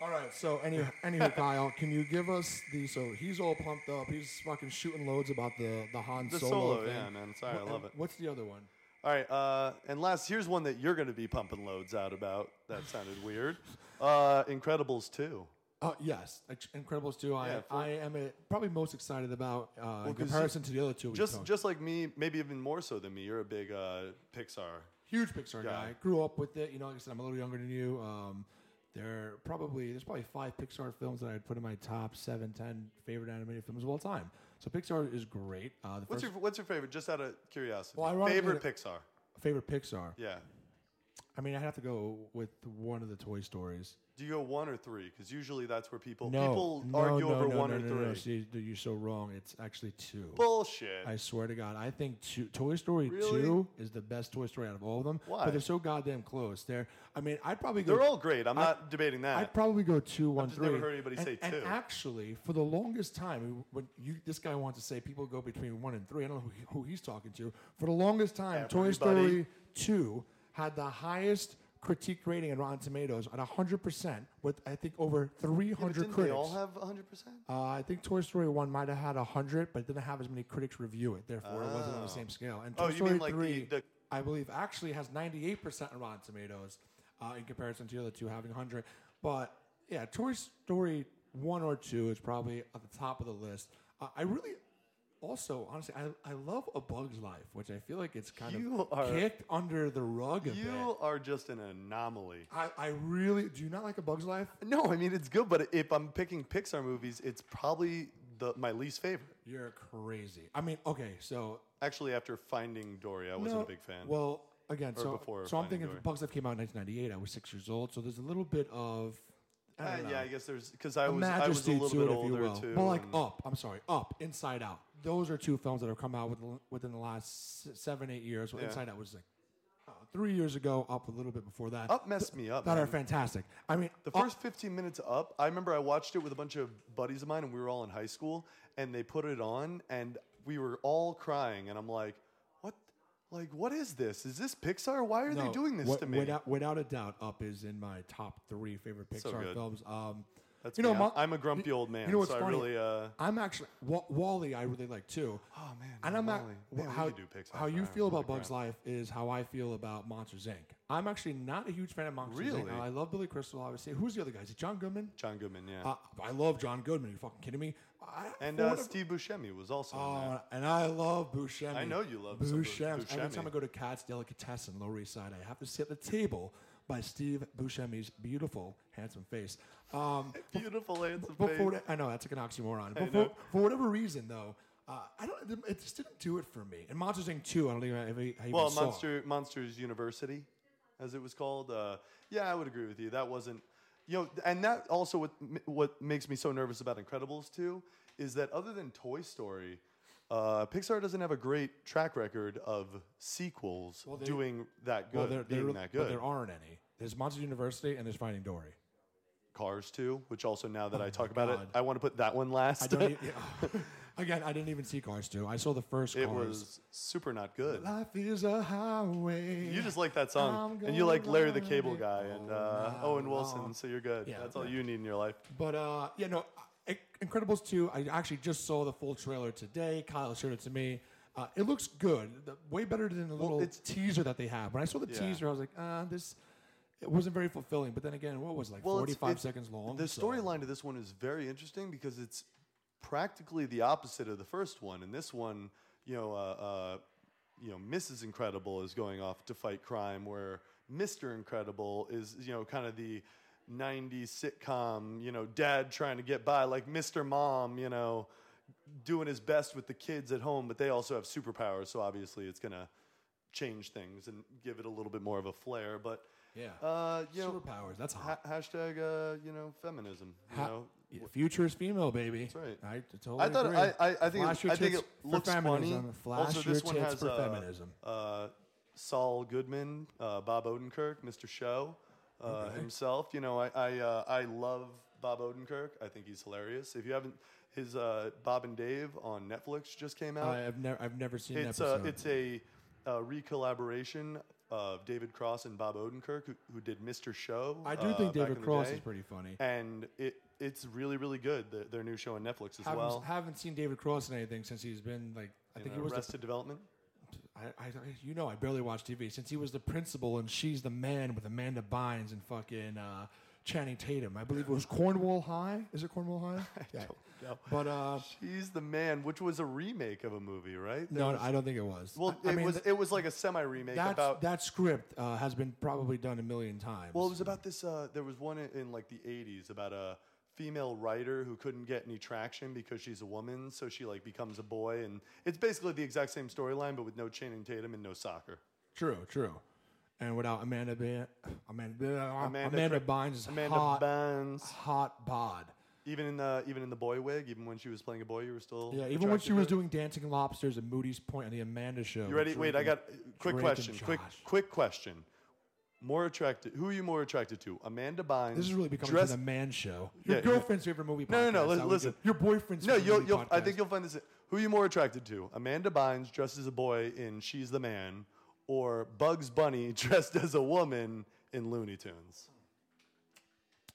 Speaker 1: All right. So any anywho, Kyle, can you give us the? So he's all pumped up. He's fucking shooting loads about the the Han
Speaker 2: The
Speaker 1: Solo,
Speaker 2: solo,
Speaker 1: thing.
Speaker 2: yeah, man. Sorry, I
Speaker 1: And
Speaker 2: love it.
Speaker 1: What's the other one?
Speaker 2: All right, uh, and last here's one that you're going to be pumping loads out about. That sounded weird. Uh, Incredibles two.
Speaker 1: Uh, yes, Inc- Incredibles two. I
Speaker 2: Yeah, for-
Speaker 1: I am uh probably most excited about uh, in
Speaker 2: 'cause
Speaker 1: comparison to the other two. we
Speaker 2: Just
Speaker 1: talked.
Speaker 2: just like me, maybe even more so than me. You're a big uh, Pixar
Speaker 1: huge Pixar
Speaker 2: Guy.
Speaker 1: guy. Grew up with it. You know, like I said, I'm a little younger than you. Um, there are probably there's probably five Pixar films that I'd put in my top seven, ten favorite animated films of all time. So Pixar is great. Uh, the
Speaker 2: What's
Speaker 1: first
Speaker 2: your What's your favorite? Just out of curiosity,
Speaker 1: Well, ironically-
Speaker 2: favorite Pixar.
Speaker 1: favorite Pixar.
Speaker 2: Yeah.
Speaker 1: I mean, I'd have to go with one of the Toy Stories.
Speaker 2: Do you go one or three? Because usually that's where people
Speaker 1: No,
Speaker 2: people
Speaker 1: no,
Speaker 2: argue
Speaker 1: no,
Speaker 2: over
Speaker 1: no,
Speaker 2: one
Speaker 1: no,
Speaker 2: or
Speaker 1: no,
Speaker 2: three.
Speaker 1: No, See, dude, you're so wrong. It's actually two.
Speaker 2: Bullshit.
Speaker 1: I swear to God, I think two, Toy Story
Speaker 2: Really?
Speaker 1: two is the best Toy Story out of all of them.
Speaker 2: Why?
Speaker 1: But they're so goddamn close. They're. I mean, I'd probably go.
Speaker 2: They're all great. I'm
Speaker 1: I-
Speaker 2: not debating that.
Speaker 1: I'd probably go two, one,
Speaker 2: just
Speaker 1: three.
Speaker 2: never heard anybody
Speaker 1: and,
Speaker 2: say
Speaker 1: and
Speaker 2: two.
Speaker 1: actually, for the longest time, when you this guy wants to say people go between one and three, I don't know who, who he's talking to. For the longest time, Toy Story
Speaker 2: Everybody.
Speaker 1: two had the highest critique rating in Rotten Tomatoes at hundred percent, with I think over three
Speaker 2: Yeah, but
Speaker 1: hundred
Speaker 2: didn't
Speaker 1: critics.
Speaker 2: they all have 100? percent
Speaker 1: Uh, I think Toy Story one might have had hundred, but it didn't have as many critics review it. Therefore, it wasn't on the same scale. And Toy
Speaker 2: Oh, you
Speaker 1: Story
Speaker 2: mean like the-
Speaker 1: three,
Speaker 2: the-
Speaker 1: I believe, actually has ninety eight percent on Rotten Tomatoes, uh, in comparison to the other two having hundred. But yeah, Toy Story one or two is probably at the top of the list. Uh, I really. Also, honestly, I, I love A Bug's Life, which I feel like it's kind
Speaker 2: You
Speaker 1: of
Speaker 2: are-
Speaker 1: kicked under the rug a bit.
Speaker 2: You are just an anomaly.
Speaker 1: I, I really do you not like A Bug's Life?
Speaker 2: No, I mean it's good, but if I'm picking Pixar movies, it's probably the my least favorite.
Speaker 1: You're crazy. I mean, okay, so
Speaker 2: Actually, after Finding Dory, I wasn't
Speaker 1: No,
Speaker 2: a big fan.
Speaker 1: Well, again,
Speaker 2: Or
Speaker 1: so
Speaker 2: before
Speaker 1: so I'm
Speaker 2: Finding
Speaker 1: thinking
Speaker 2: Dory.
Speaker 1: Bugs Life came out in 1998. I was six years old, so there's a little bit of I
Speaker 2: Uh,
Speaker 1: don't
Speaker 2: yeah,
Speaker 1: know.
Speaker 2: I guess there's because I
Speaker 1: a
Speaker 2: was I was a
Speaker 1: majesty
Speaker 2: little
Speaker 1: to
Speaker 2: bit
Speaker 1: it, if you
Speaker 2: older
Speaker 1: will.
Speaker 2: too.
Speaker 1: More like oh,
Speaker 2: and-
Speaker 1: Up. I'm sorry, Up, Inside Out. Those are two films that have come out within, within the last s- seven, eight years. Well,
Speaker 2: Yeah.
Speaker 1: Inside Out was like uh, three years ago. Up a little bit before that.
Speaker 2: Up messed me up.
Speaker 1: that are
Speaker 2: man.
Speaker 1: fantastic. I mean,
Speaker 2: The
Speaker 1: Up-
Speaker 2: first 15 minutes of up, I remember I watched it with a bunch of buddies of mine, and we were all in high school, and they put it on, and we were all crying, and I'm like, what? Like, what is this? Is this Pixar? Why are they
Speaker 1: no,
Speaker 2: doing this
Speaker 1: wi-
Speaker 2: to me?
Speaker 1: Without, without a doubt, Up is in my top three favorite
Speaker 2: So
Speaker 1: Pixar
Speaker 2: good.
Speaker 1: films. Um,
Speaker 2: That's
Speaker 1: you know,
Speaker 2: me.
Speaker 1: Mo-
Speaker 2: I'm- I'm a grumpy old man,
Speaker 1: You know what's
Speaker 2: so I
Speaker 1: funny?
Speaker 2: really, uh,
Speaker 1: I'm actually Wa- Wally. I really like too.
Speaker 2: oh man,
Speaker 1: and
Speaker 2: no,
Speaker 1: I'm not
Speaker 2: Wall-E.
Speaker 1: wha-
Speaker 2: Man, we
Speaker 1: how,
Speaker 2: could do Pixar
Speaker 1: how you
Speaker 2: forever.
Speaker 1: feel about
Speaker 2: Holy
Speaker 1: Bugs
Speaker 2: crap.
Speaker 1: Life is how I feel about Monsters Inc. I'm actually not a huge fan of Monsters
Speaker 2: Really?
Speaker 1: Inc. I love Billy Crystal, obviously. Who's the other guy? Is it John Goodman?
Speaker 2: John Goodman, yeah,
Speaker 1: Uh, I love John Goodman. Are you fucking kidding me? I,
Speaker 2: and
Speaker 1: for
Speaker 2: uh,
Speaker 1: whatever-
Speaker 2: Steve Buscemi was also. in there.
Speaker 1: Oh, and I love Buscemi.
Speaker 2: I know you love some Bu-
Speaker 1: Buscemi. Every
Speaker 2: Buscemi.
Speaker 1: time I go to Cat's Delicatessen, Lower East Side, I have to sit at the table by Steve Buscemi's beautiful, handsome face. Um,
Speaker 2: Beautiful handsome
Speaker 1: but
Speaker 2: face.
Speaker 1: for what- I know that's like an oxymoron. But for, for whatever reason, though, uh, I don't. It just didn't do it for me. And Monsters Inc. Two, I don't think I ever. I
Speaker 2: Well,
Speaker 1: even saw.
Speaker 2: Monster Monsters University, as it was called. Uh, yeah, I would agree with you. That wasn't, you know, and that also what m- what makes me so nervous about Incredibles too is that other than Toy Story, uh, Pixar doesn't have a great track record of sequels
Speaker 1: they-
Speaker 2: doing that good,
Speaker 1: Well, there, there,
Speaker 2: being
Speaker 1: really-
Speaker 2: that
Speaker 1: but
Speaker 2: good.
Speaker 1: there aren't any. There's Monsters University and there's Finding Dory.
Speaker 2: Cars too, which also now that I talk about it,
Speaker 1: Oh God.
Speaker 2: I want to put that one last.
Speaker 1: I don't. e- yeah. Again, I didn't even see Cars two. I saw the first.
Speaker 2: it
Speaker 1: Cars.
Speaker 2: was super not good.
Speaker 1: Life is a highway.
Speaker 2: You just like that
Speaker 1: I'm
Speaker 2: song, and you
Speaker 1: gonna
Speaker 2: like Larry the
Speaker 1: ride
Speaker 2: Cable
Speaker 1: it
Speaker 2: Guy and uh,
Speaker 1: all
Speaker 2: Owen
Speaker 1: night
Speaker 2: Wilson,
Speaker 1: long.
Speaker 2: so you're good.
Speaker 1: Yeah,
Speaker 2: That's all
Speaker 1: yeah.
Speaker 2: you need in your life.
Speaker 1: But uh, yeah, no, I- Incredibles two. I actually just saw the full trailer today. Kyle showed it to me. Uh, it looks good, The- way better than the little
Speaker 2: it's-
Speaker 1: teaser that they have. When I saw the
Speaker 2: Yeah.
Speaker 1: teaser, I was like, uh, this. It wasn't very fulfilling. But then again, what was it, like
Speaker 2: Well, it's-
Speaker 1: forty five
Speaker 2: it's-
Speaker 1: seconds long?
Speaker 2: The
Speaker 1: So-
Speaker 2: storyline to this one is very interesting because it's practically the opposite of the first one. And this one, you know, uh, uh, you know, Mrs. Incredible is going off to fight crime, where Mr. Incredible is, you know, kind of the 90s sitcom, you know, dad trying to get by, like Mr. Mom, you know, doing his best with the kids at home, but they also have superpowers, so obviously it's gonna change things and give it a little bit more of a flair. But
Speaker 1: Yeah.
Speaker 2: uh, you know,
Speaker 1: Superpowers. That's
Speaker 2: Ha-
Speaker 1: hot.
Speaker 2: hashtag, uh, you know, feminism. You
Speaker 1: Ha-
Speaker 2: know,
Speaker 1: Yeah, future is female, baby. That's
Speaker 2: right.
Speaker 1: I t- totally
Speaker 2: I thought
Speaker 1: agree.
Speaker 2: I, I, I think
Speaker 1: Flash
Speaker 2: it,
Speaker 1: your
Speaker 2: I think
Speaker 1: tits
Speaker 2: it looks
Speaker 1: for feminism.
Speaker 2: funny.
Speaker 1: Flash
Speaker 2: also,
Speaker 1: your
Speaker 2: this one
Speaker 1: tits
Speaker 2: has
Speaker 1: for
Speaker 2: uh,
Speaker 1: feminism.
Speaker 2: Uh, Saul Goodman, uh, Bob Odenkirk, Mr. Show uh, himself. You know, I I, uh, I love Bob Odenkirk. I think he's hilarious. If you haven't, his uh, Bob and Dave on Netflix just came out.
Speaker 1: Oh, I've never I've never seen
Speaker 2: uh, It's
Speaker 1: an
Speaker 2: a,
Speaker 1: episode.
Speaker 2: it's a uh, re-collaboration of David Cross and Bob Odenkirk, who, who did Mr. Show.
Speaker 1: I do
Speaker 2: uh,
Speaker 1: think
Speaker 2: back
Speaker 1: David
Speaker 2: in the
Speaker 1: Cross
Speaker 2: day
Speaker 1: is pretty funny.
Speaker 2: and it it's really really good. The, their new show on Netflix as
Speaker 1: Haven't,
Speaker 2: well.
Speaker 1: haven't seen David Cross in anything since he's been like I
Speaker 2: in
Speaker 1: think he was the,
Speaker 2: Arrested Development.
Speaker 1: I, I you know I barely watch TV since he was the principal and she's the man with Amanda Bynes and fucking uh, Channing Tatum. I believe it was Cornwall High. Is it Cornwall High? yeah.
Speaker 2: know.
Speaker 1: But uh,
Speaker 2: She's the man, which was a remake of a movie, right?
Speaker 1: no, I don't think it was.
Speaker 2: Well,
Speaker 1: I
Speaker 2: it
Speaker 1: I mean,
Speaker 2: was
Speaker 1: th-
Speaker 2: it was like a semi remake
Speaker 1: that's-
Speaker 2: about.
Speaker 1: that script uh, has been probably done a million times.
Speaker 2: well, it was about this. Uh, there was one in, in like the '80s about a female writer who couldn't get any traction because she's a woman, so she like becomes a boy, and it's basically the exact same storyline, but with no Channing Tatum and no soccer.
Speaker 1: True, true. And without Amanda, Be- Amanda, Amanda,
Speaker 2: Amanda
Speaker 1: Amanda
Speaker 2: Cri-
Speaker 1: Bynes is
Speaker 2: Amanda
Speaker 1: hot,
Speaker 2: Bynes.
Speaker 1: hot bod.
Speaker 2: Even in the even in the boy wig, even when she was playing a boy, you were still
Speaker 1: Yeah, even when
Speaker 2: attracted
Speaker 1: she
Speaker 2: to
Speaker 1: was
Speaker 2: her?
Speaker 1: doing Dancing Lobsters at Moody's Point on the Amanda Show.
Speaker 2: You ready? Wait, I got
Speaker 1: Drake
Speaker 2: quick
Speaker 1: and
Speaker 2: question. Quick,
Speaker 1: Josh.
Speaker 2: quick question. More attracted? Who are you more attracted to? Amanda Bynes.
Speaker 1: This is really becoming
Speaker 2: dressed-
Speaker 1: the man show. Your
Speaker 2: Yeah, you-
Speaker 1: girlfriend's favorite movie.
Speaker 2: No, no,
Speaker 1: podcast.
Speaker 2: no, li-
Speaker 1: That would
Speaker 2: listen.
Speaker 1: do- Your boyfriend's
Speaker 2: No,
Speaker 1: favorite
Speaker 2: you'll,
Speaker 1: movie
Speaker 2: you'll. I
Speaker 1: podcast.
Speaker 2: think you'll find this. Who are you more attracted to? Amanda Bynes dressed as a boy in She's the Man, or Bugs Bunny dressed as a woman in Looney Tunes?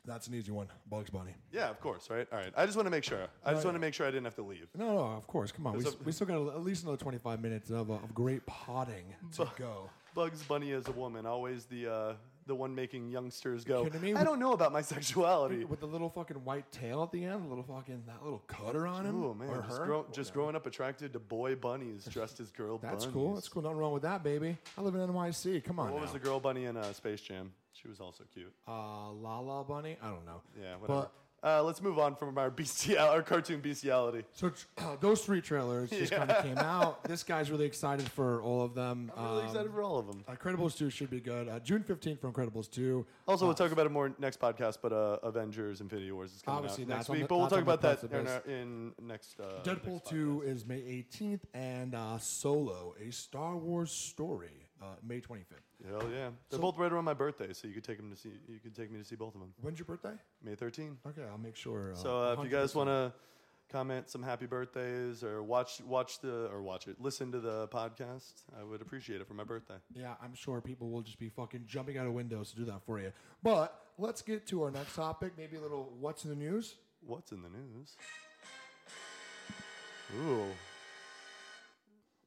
Speaker 1: that's an easy one. Bugs Bunny.
Speaker 2: Yeah, of course. Right. All right. I just want to make sure. I just want to make sure I didn't have to leave.
Speaker 1: No, no, of course. Come on, we,
Speaker 2: There's
Speaker 1: s- we still got at least another twenty-five minutes of, uh, of great potting to go.
Speaker 2: Bugs Bunny as a woman, always the uh, the one making youngsters go.
Speaker 1: kidding me?
Speaker 2: I don't know about my sexuality.
Speaker 1: With the little fucking white tail at the end, the little fucking that little cutter on him
Speaker 2: Oh man,
Speaker 1: or
Speaker 2: just,
Speaker 1: her.
Speaker 2: grow, just growing up attracted to boy bunnies dressed as girl bunnies.
Speaker 1: That's cool. That's cool. Nothing wrong with that, baby. I live in NYC. Come on.
Speaker 2: What was
Speaker 1: now.
Speaker 2: the girl bunny in uh, Space Jam? She was also cute.
Speaker 1: uh, La La Bunny? I don't know.
Speaker 2: Yeah, whatever.
Speaker 1: But
Speaker 2: Uh, let's move on from our bestial, our cartoon bestiality.
Speaker 1: So tr- those three trailers just kind of came out. This guy's really excited for all of them.
Speaker 2: I'm really
Speaker 1: Um,
Speaker 2: excited for all of them.
Speaker 1: Incredibles 2 should be good. Uh, June 15th for Incredibles 2.
Speaker 2: Also, we'll talk about it more next podcast. But uh, Avengers: Infinity Wars is coming
Speaker 1: Obviously,
Speaker 2: out next
Speaker 1: that's on
Speaker 2: week.
Speaker 1: the-
Speaker 2: but we'll
Speaker 1: that's
Speaker 2: talk
Speaker 1: on the
Speaker 2: about that in,
Speaker 1: precipice.
Speaker 2: our- in next. Uh,
Speaker 1: Deadpool
Speaker 2: next
Speaker 1: 2
Speaker 2: podcast.
Speaker 1: is May 18th, and uh, Solo, a Star Wars story, uh, May 25th.
Speaker 2: Hell yeah! They're both right around my birthday, so you could take 'em to see. You could take me to see both of them.
Speaker 1: When's your birthday?
Speaker 2: May 13.
Speaker 1: Okay, I'll make sure. Uh,
Speaker 2: So uh, if you guys
Speaker 1: 100%.
Speaker 2: want to comment some happy birthdays or watch watch the or watch it, listen to the podcast, I would appreciate it for my birthday.
Speaker 1: Yeah, I'm sure people will just be fucking jumping out of windows to do that for you. But let's get to our next topic. Maybe a little what's in the news.
Speaker 2: What's in the news? Ooh,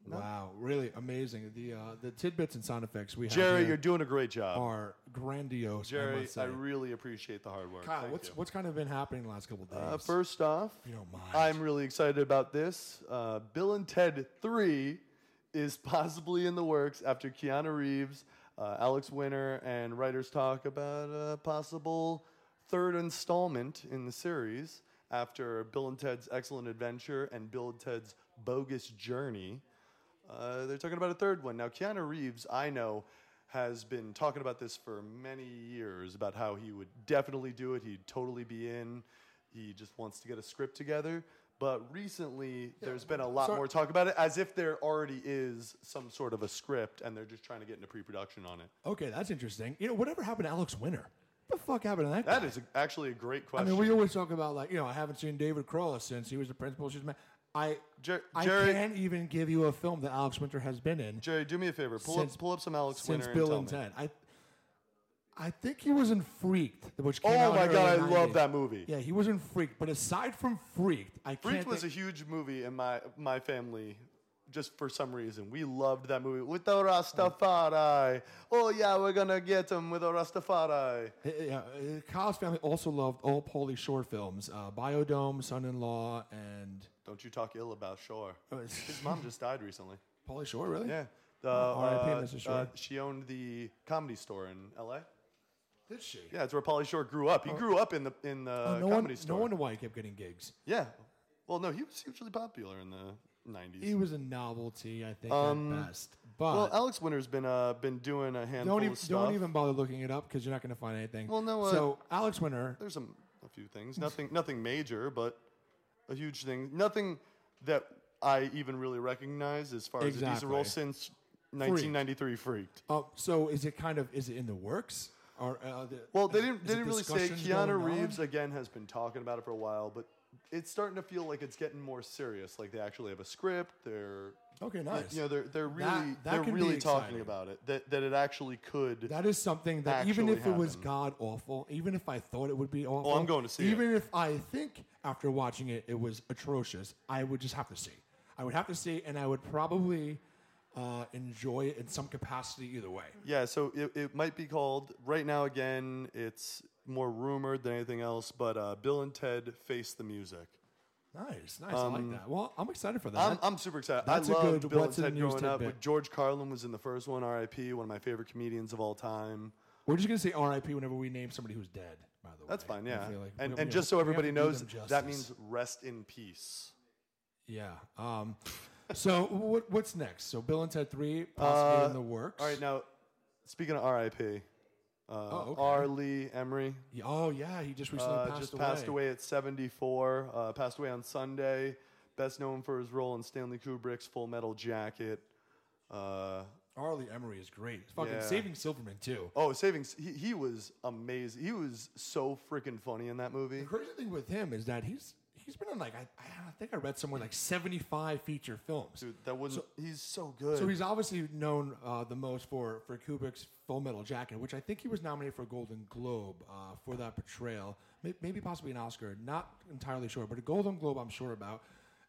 Speaker 1: Wow, really amazing. The uh, the tidbits and sound effects we have
Speaker 2: Jerry,
Speaker 1: here
Speaker 2: you're doing a great job.
Speaker 1: are grandiose. I
Speaker 2: Jerry,
Speaker 1: Oh, must
Speaker 2: I
Speaker 1: say.
Speaker 2: really appreciate the hard work.
Speaker 1: Kyle,
Speaker 2: Thank
Speaker 1: what's
Speaker 2: you.
Speaker 1: what's kind of been happening the last couple of days?
Speaker 2: Uh, first off,
Speaker 1: if you don't mind.
Speaker 2: I'm really excited about this. Uh, Bill and Ted 3 is possibly in the works after Keanu Reeves, uh, Alex Winter, and writers talk about a possible third installment in the series after Bill and Ted's Excellent Adventure and Bill and Ted's Bogus Journey. Uh, they're talking about a third one. Now, Keanu Reeves, I know, has been talking about this for many years about how he would definitely do it. He'd totally be in. He just wants to get a script together. But recently, there's been a lot
Speaker 1: so-
Speaker 2: more talk about it as if there already is some sort of a script and they're just trying to get into pre production on it.
Speaker 1: Okay, that's interesting. You know, whatever happened to Alex Winter? What the fuck happened to that?
Speaker 2: That
Speaker 1: guy?
Speaker 2: is a, actually a great
Speaker 1: I
Speaker 2: question.
Speaker 1: mean, we always talk about like you know I haven't seen David Crolla since he was the principal. She's man. I
Speaker 2: Jer-
Speaker 1: I
Speaker 2: Jerry-
Speaker 1: can't even give you a film that Alex Winter has been in
Speaker 2: Jerry, do me a favor. Pull,
Speaker 1: Since-
Speaker 2: up, pull up some Alex
Speaker 1: since
Speaker 2: Winter and
Speaker 1: Bill
Speaker 2: tell
Speaker 1: and
Speaker 2: me.
Speaker 1: Ted. I I think he was in Freaked, which came
Speaker 2: Oh
Speaker 1: out in
Speaker 2: my
Speaker 1: early
Speaker 2: God, I love
Speaker 1: 90s.
Speaker 2: that movie.
Speaker 1: Yeah, he was in Freaked, but aside from Freaked, I
Speaker 2: Freaked
Speaker 1: can't.
Speaker 2: was a
Speaker 1: think-
Speaker 2: huge movie in my my family. Just for some reason, we loved that movie with the Rastafari. Oh yeah, we're gonna get him with the Rastafari.
Speaker 1: Uh, yeah, uh, Kyle's family also loved all Pauly Shore films: uh, Biodome, Son-in-Law, and
Speaker 2: Don't you talk ill about Shore.
Speaker 1: uh,
Speaker 2: His mom just died recently.
Speaker 1: Pauly Shore. Really?
Speaker 2: Yeah. The,
Speaker 1: R.I.P.,
Speaker 2: uh,
Speaker 1: Mrs.
Speaker 2: uh,
Speaker 1: Shore.
Speaker 2: she owned the comedy store in L.A.
Speaker 1: Did she?
Speaker 2: Yeah, it's where Polly Shore grew up. He grew up in the in the
Speaker 1: Oh, no
Speaker 2: comedy
Speaker 1: one,
Speaker 2: store.
Speaker 1: no wonder why he kept getting gigs.
Speaker 2: yeah. Well, no, he was hugely popular in the '90s.
Speaker 1: He was a novelty, I think, at best. But
Speaker 2: Um, well, Alex Winter's been uh been doing a handful
Speaker 1: don't even
Speaker 2: of stuff.
Speaker 1: don't even bother looking it up because you're not going to find anything.
Speaker 2: Well, no, uh,
Speaker 1: so Alex Winter,
Speaker 2: there's some a few things. Nothing nothing major, but a huge thing. Nothing that I even really recognize as far as a
Speaker 1: Exactly.
Speaker 2: decent role since 1993 freaked.
Speaker 1: uh, so is it kind of is it in the works? Or uh, the,
Speaker 2: Well, they
Speaker 1: is-
Speaker 2: didn't
Speaker 1: is
Speaker 2: they
Speaker 1: it
Speaker 2: didn't really say
Speaker 1: discussions
Speaker 2: Keanu
Speaker 1: going on?
Speaker 2: Reeves again has been talking about it for a while, but it's starting to feel like it's getting more serious. Like they actually have a script. They're
Speaker 1: Okay, nice.
Speaker 2: you know they're they're really
Speaker 1: That- that
Speaker 2: they're
Speaker 1: can be
Speaker 2: really talking
Speaker 1: exciting.
Speaker 2: about it. That that it actually could.
Speaker 1: That is something that even
Speaker 2: actually
Speaker 1: if it was
Speaker 2: happened.
Speaker 1: god awful, even if I thought it would be awful,
Speaker 2: I'm going to see it.
Speaker 1: Even if I think after watching it it was atrocious, I would just have to see. I would have to see, and I would probably uh, enjoy it in some capacity either way.
Speaker 2: Yeah, so it, it might be called right now again. It's more rumored than anything else, but uh, Bill and Ted face the music.
Speaker 1: Nice, nice. I like that. Well, I'm excited for that.
Speaker 2: Um, I'm, I'm super excited.
Speaker 1: that's a
Speaker 2: I loved
Speaker 1: good
Speaker 2: Bill and
Speaker 1: what's in
Speaker 2: Ted
Speaker 1: the news
Speaker 2: growing up.
Speaker 1: tidbit.
Speaker 2: With George Carlin was in the first one, R.I.P. One of my favorite comedians of all time.
Speaker 1: We're just gonna say R.I.P. whenever we name somebody who's dead. By the way,
Speaker 2: That's fine,
Speaker 1: I
Speaker 2: yeah.
Speaker 1: feel like
Speaker 2: and
Speaker 1: we-
Speaker 2: and
Speaker 1: we
Speaker 2: just so
Speaker 1: have- we have
Speaker 2: everybody
Speaker 1: to do
Speaker 2: knows,
Speaker 1: them
Speaker 2: that
Speaker 1: justice.
Speaker 2: means rest in peace.
Speaker 1: yeah. Um, so what, what's next? So Bill and Ted Three possibly in the works.
Speaker 2: Uh, All right, now speaking of R.I.P., uh,
Speaker 1: Oh, okay.
Speaker 2: R. Lee Emery
Speaker 1: Yeah, Oh yeah, he just recently
Speaker 2: uh,
Speaker 1: passed
Speaker 2: just
Speaker 1: away.
Speaker 2: passed away at 74. Uh, passed away on Sunday. Best known for his role in Stanley Kubrick's Full Metal Jacket. Uh,
Speaker 1: Arlie Emery is great. Fucking
Speaker 2: Yeah.
Speaker 1: Saving Silverman too.
Speaker 2: oh, Savings. He, he was amazing. He was so freaking funny in that movie.
Speaker 1: The crazy thing with him is that he's he's been in like I, I think I read somewhere like seventy five feature films.
Speaker 2: Dude, that was not he's so good.
Speaker 1: So he's obviously known uh, the most for for Kubrick's Full Metal Jacket, which I think he was nominated for a Golden Globe uh, for that portrayal, May- maybe possibly an Oscar. Not entirely sure, but a Golden Globe I'm sure about.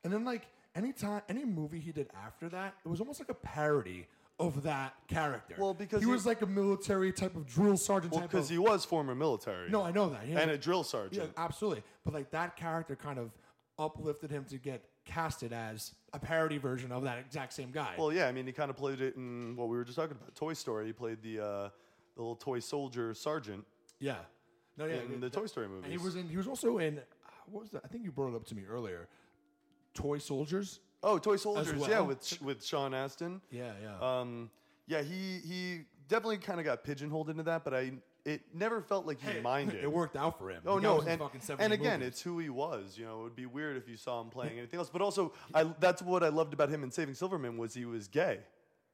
Speaker 1: And then like any time, any movie he did after that, it was almost like a parody of that character.
Speaker 2: Well, because
Speaker 1: he,
Speaker 2: he-
Speaker 1: was like a military type of drill sergeant
Speaker 2: well,
Speaker 1: type of.
Speaker 2: because he was former military.
Speaker 1: no, I know that. He-
Speaker 2: and a drill
Speaker 1: yeah,
Speaker 2: sergeant.
Speaker 1: absolutely. But like that character kind of uplifted him to get casted as a parody version of that exact same guy.
Speaker 2: Well, yeah, I mean, he kind of played it in what we were just talking about, Toy Story. He played the uh, the little toy soldier sergeant.
Speaker 1: yeah. No, yeah,
Speaker 2: in
Speaker 1: yeah,
Speaker 2: the
Speaker 1: that-
Speaker 2: Toy Story movies.
Speaker 1: And he was in. He was also in. uh, What was that? I think you brought it up to me earlier. Toy Soldiers.
Speaker 2: oh, Toy Soldiers, yeah,
Speaker 1: well.
Speaker 2: with Sh- with Sean Astin.
Speaker 1: Yeah, yeah.
Speaker 2: Um, yeah, he he definitely kind of got pigeonholed into that, but I it never felt like he minded.
Speaker 1: it worked out for him.
Speaker 2: Oh
Speaker 1: The guy
Speaker 2: no,
Speaker 1: was in
Speaker 2: and,
Speaker 1: fucking 70
Speaker 2: and again,
Speaker 1: movies.
Speaker 2: it's who he was. You know, it would be weird if you saw him playing anything else. But also, I that's what I loved about him in Saving Silverman was he was gay.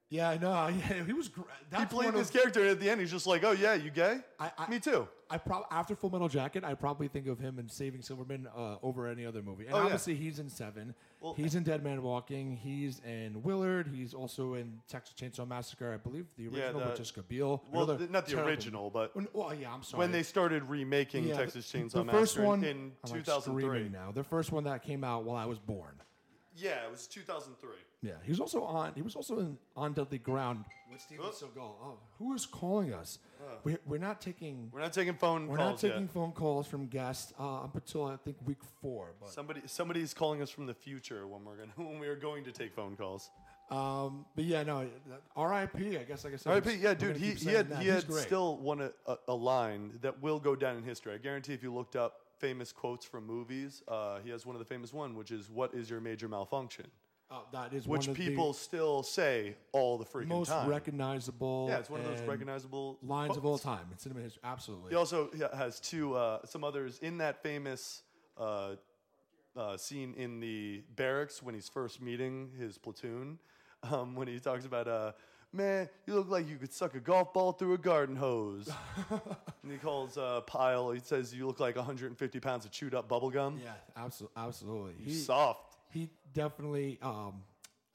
Speaker 1: yeah, I know. Yeah, he was. Gr- that's
Speaker 2: He played
Speaker 1: one
Speaker 2: this
Speaker 1: of,
Speaker 2: character, and at the end, he's just like, "Oh yeah, you gay?
Speaker 1: I- I-
Speaker 2: Me too."
Speaker 1: I prob- after Full Metal Jacket, I probably think of him in Saving Silverman uh, over any other movie. And
Speaker 2: Oh, yeah.
Speaker 1: obviously, he's in Seven. he's in Dead Man Walking. He's in Willard. He's also in Texas Chainsaw Massacre. I believe the original
Speaker 2: the-
Speaker 1: with Jessica Biel.
Speaker 2: Well,
Speaker 1: Another
Speaker 2: th- not the
Speaker 1: terrible-
Speaker 2: original, but
Speaker 1: Oh, no- Oh yeah, I'm sorry.
Speaker 2: when they started remaking
Speaker 1: Yeah, the-
Speaker 2: Texas Chainsaw
Speaker 1: the
Speaker 2: Massacre
Speaker 1: first one
Speaker 2: in
Speaker 1: I'm, like,
Speaker 2: 2003.
Speaker 1: screaming now the first one that came out while I was born.
Speaker 2: yeah, it was 2003.
Speaker 1: Yeah, he was also on. He was also in On Deadly Ground with Steven
Speaker 2: Oh.
Speaker 1: Seagal. Oh, who is calling us? we, we're not taking.
Speaker 2: We're not taking phone
Speaker 1: We're not
Speaker 2: calls
Speaker 1: taking
Speaker 2: yet.
Speaker 1: phone calls from guests uh, up until I think week four. But
Speaker 2: Somebody, somebody's calling us from the future when we're gonna when we are going to take phone calls.
Speaker 1: Um, but yeah, no. that- R.I.P. I guess. I guess. I'm
Speaker 2: R.I.P.
Speaker 1: just-
Speaker 2: Yeah,
Speaker 1: I'm
Speaker 2: dude,
Speaker 1: gonna
Speaker 2: he,
Speaker 1: keep
Speaker 2: he
Speaker 1: saying
Speaker 2: had
Speaker 1: that.
Speaker 2: he
Speaker 1: He's
Speaker 2: had
Speaker 1: great.
Speaker 2: still one a, a, a line that will go down in history. I guarantee if you looked up famous quotes from movies, uh, he has one of the famous one, which is "What is your major malfunction?"
Speaker 1: Oh, that is
Speaker 2: Which
Speaker 1: one of the
Speaker 2: people still say all the freaking
Speaker 1: most
Speaker 2: time.
Speaker 1: recognizable.
Speaker 2: yeah, it's one of those
Speaker 1: and
Speaker 2: recognizable
Speaker 1: lines of all
Speaker 2: quotes.
Speaker 1: time in cinema history. Absolutely.
Speaker 2: He also ha- has two uh, some others in that famous uh, uh, scene in the barracks when he's first meeting his platoon. Um, when he talks about, uh, man, you look like you could suck a golf ball through a garden hose. and he calls uh, Pyle. He says, "You look like 150 pounds of chewed up bubble gum.
Speaker 1: Yeah. Absolutely. Absolutely. He,
Speaker 2: Soft."
Speaker 1: he definitely. Um,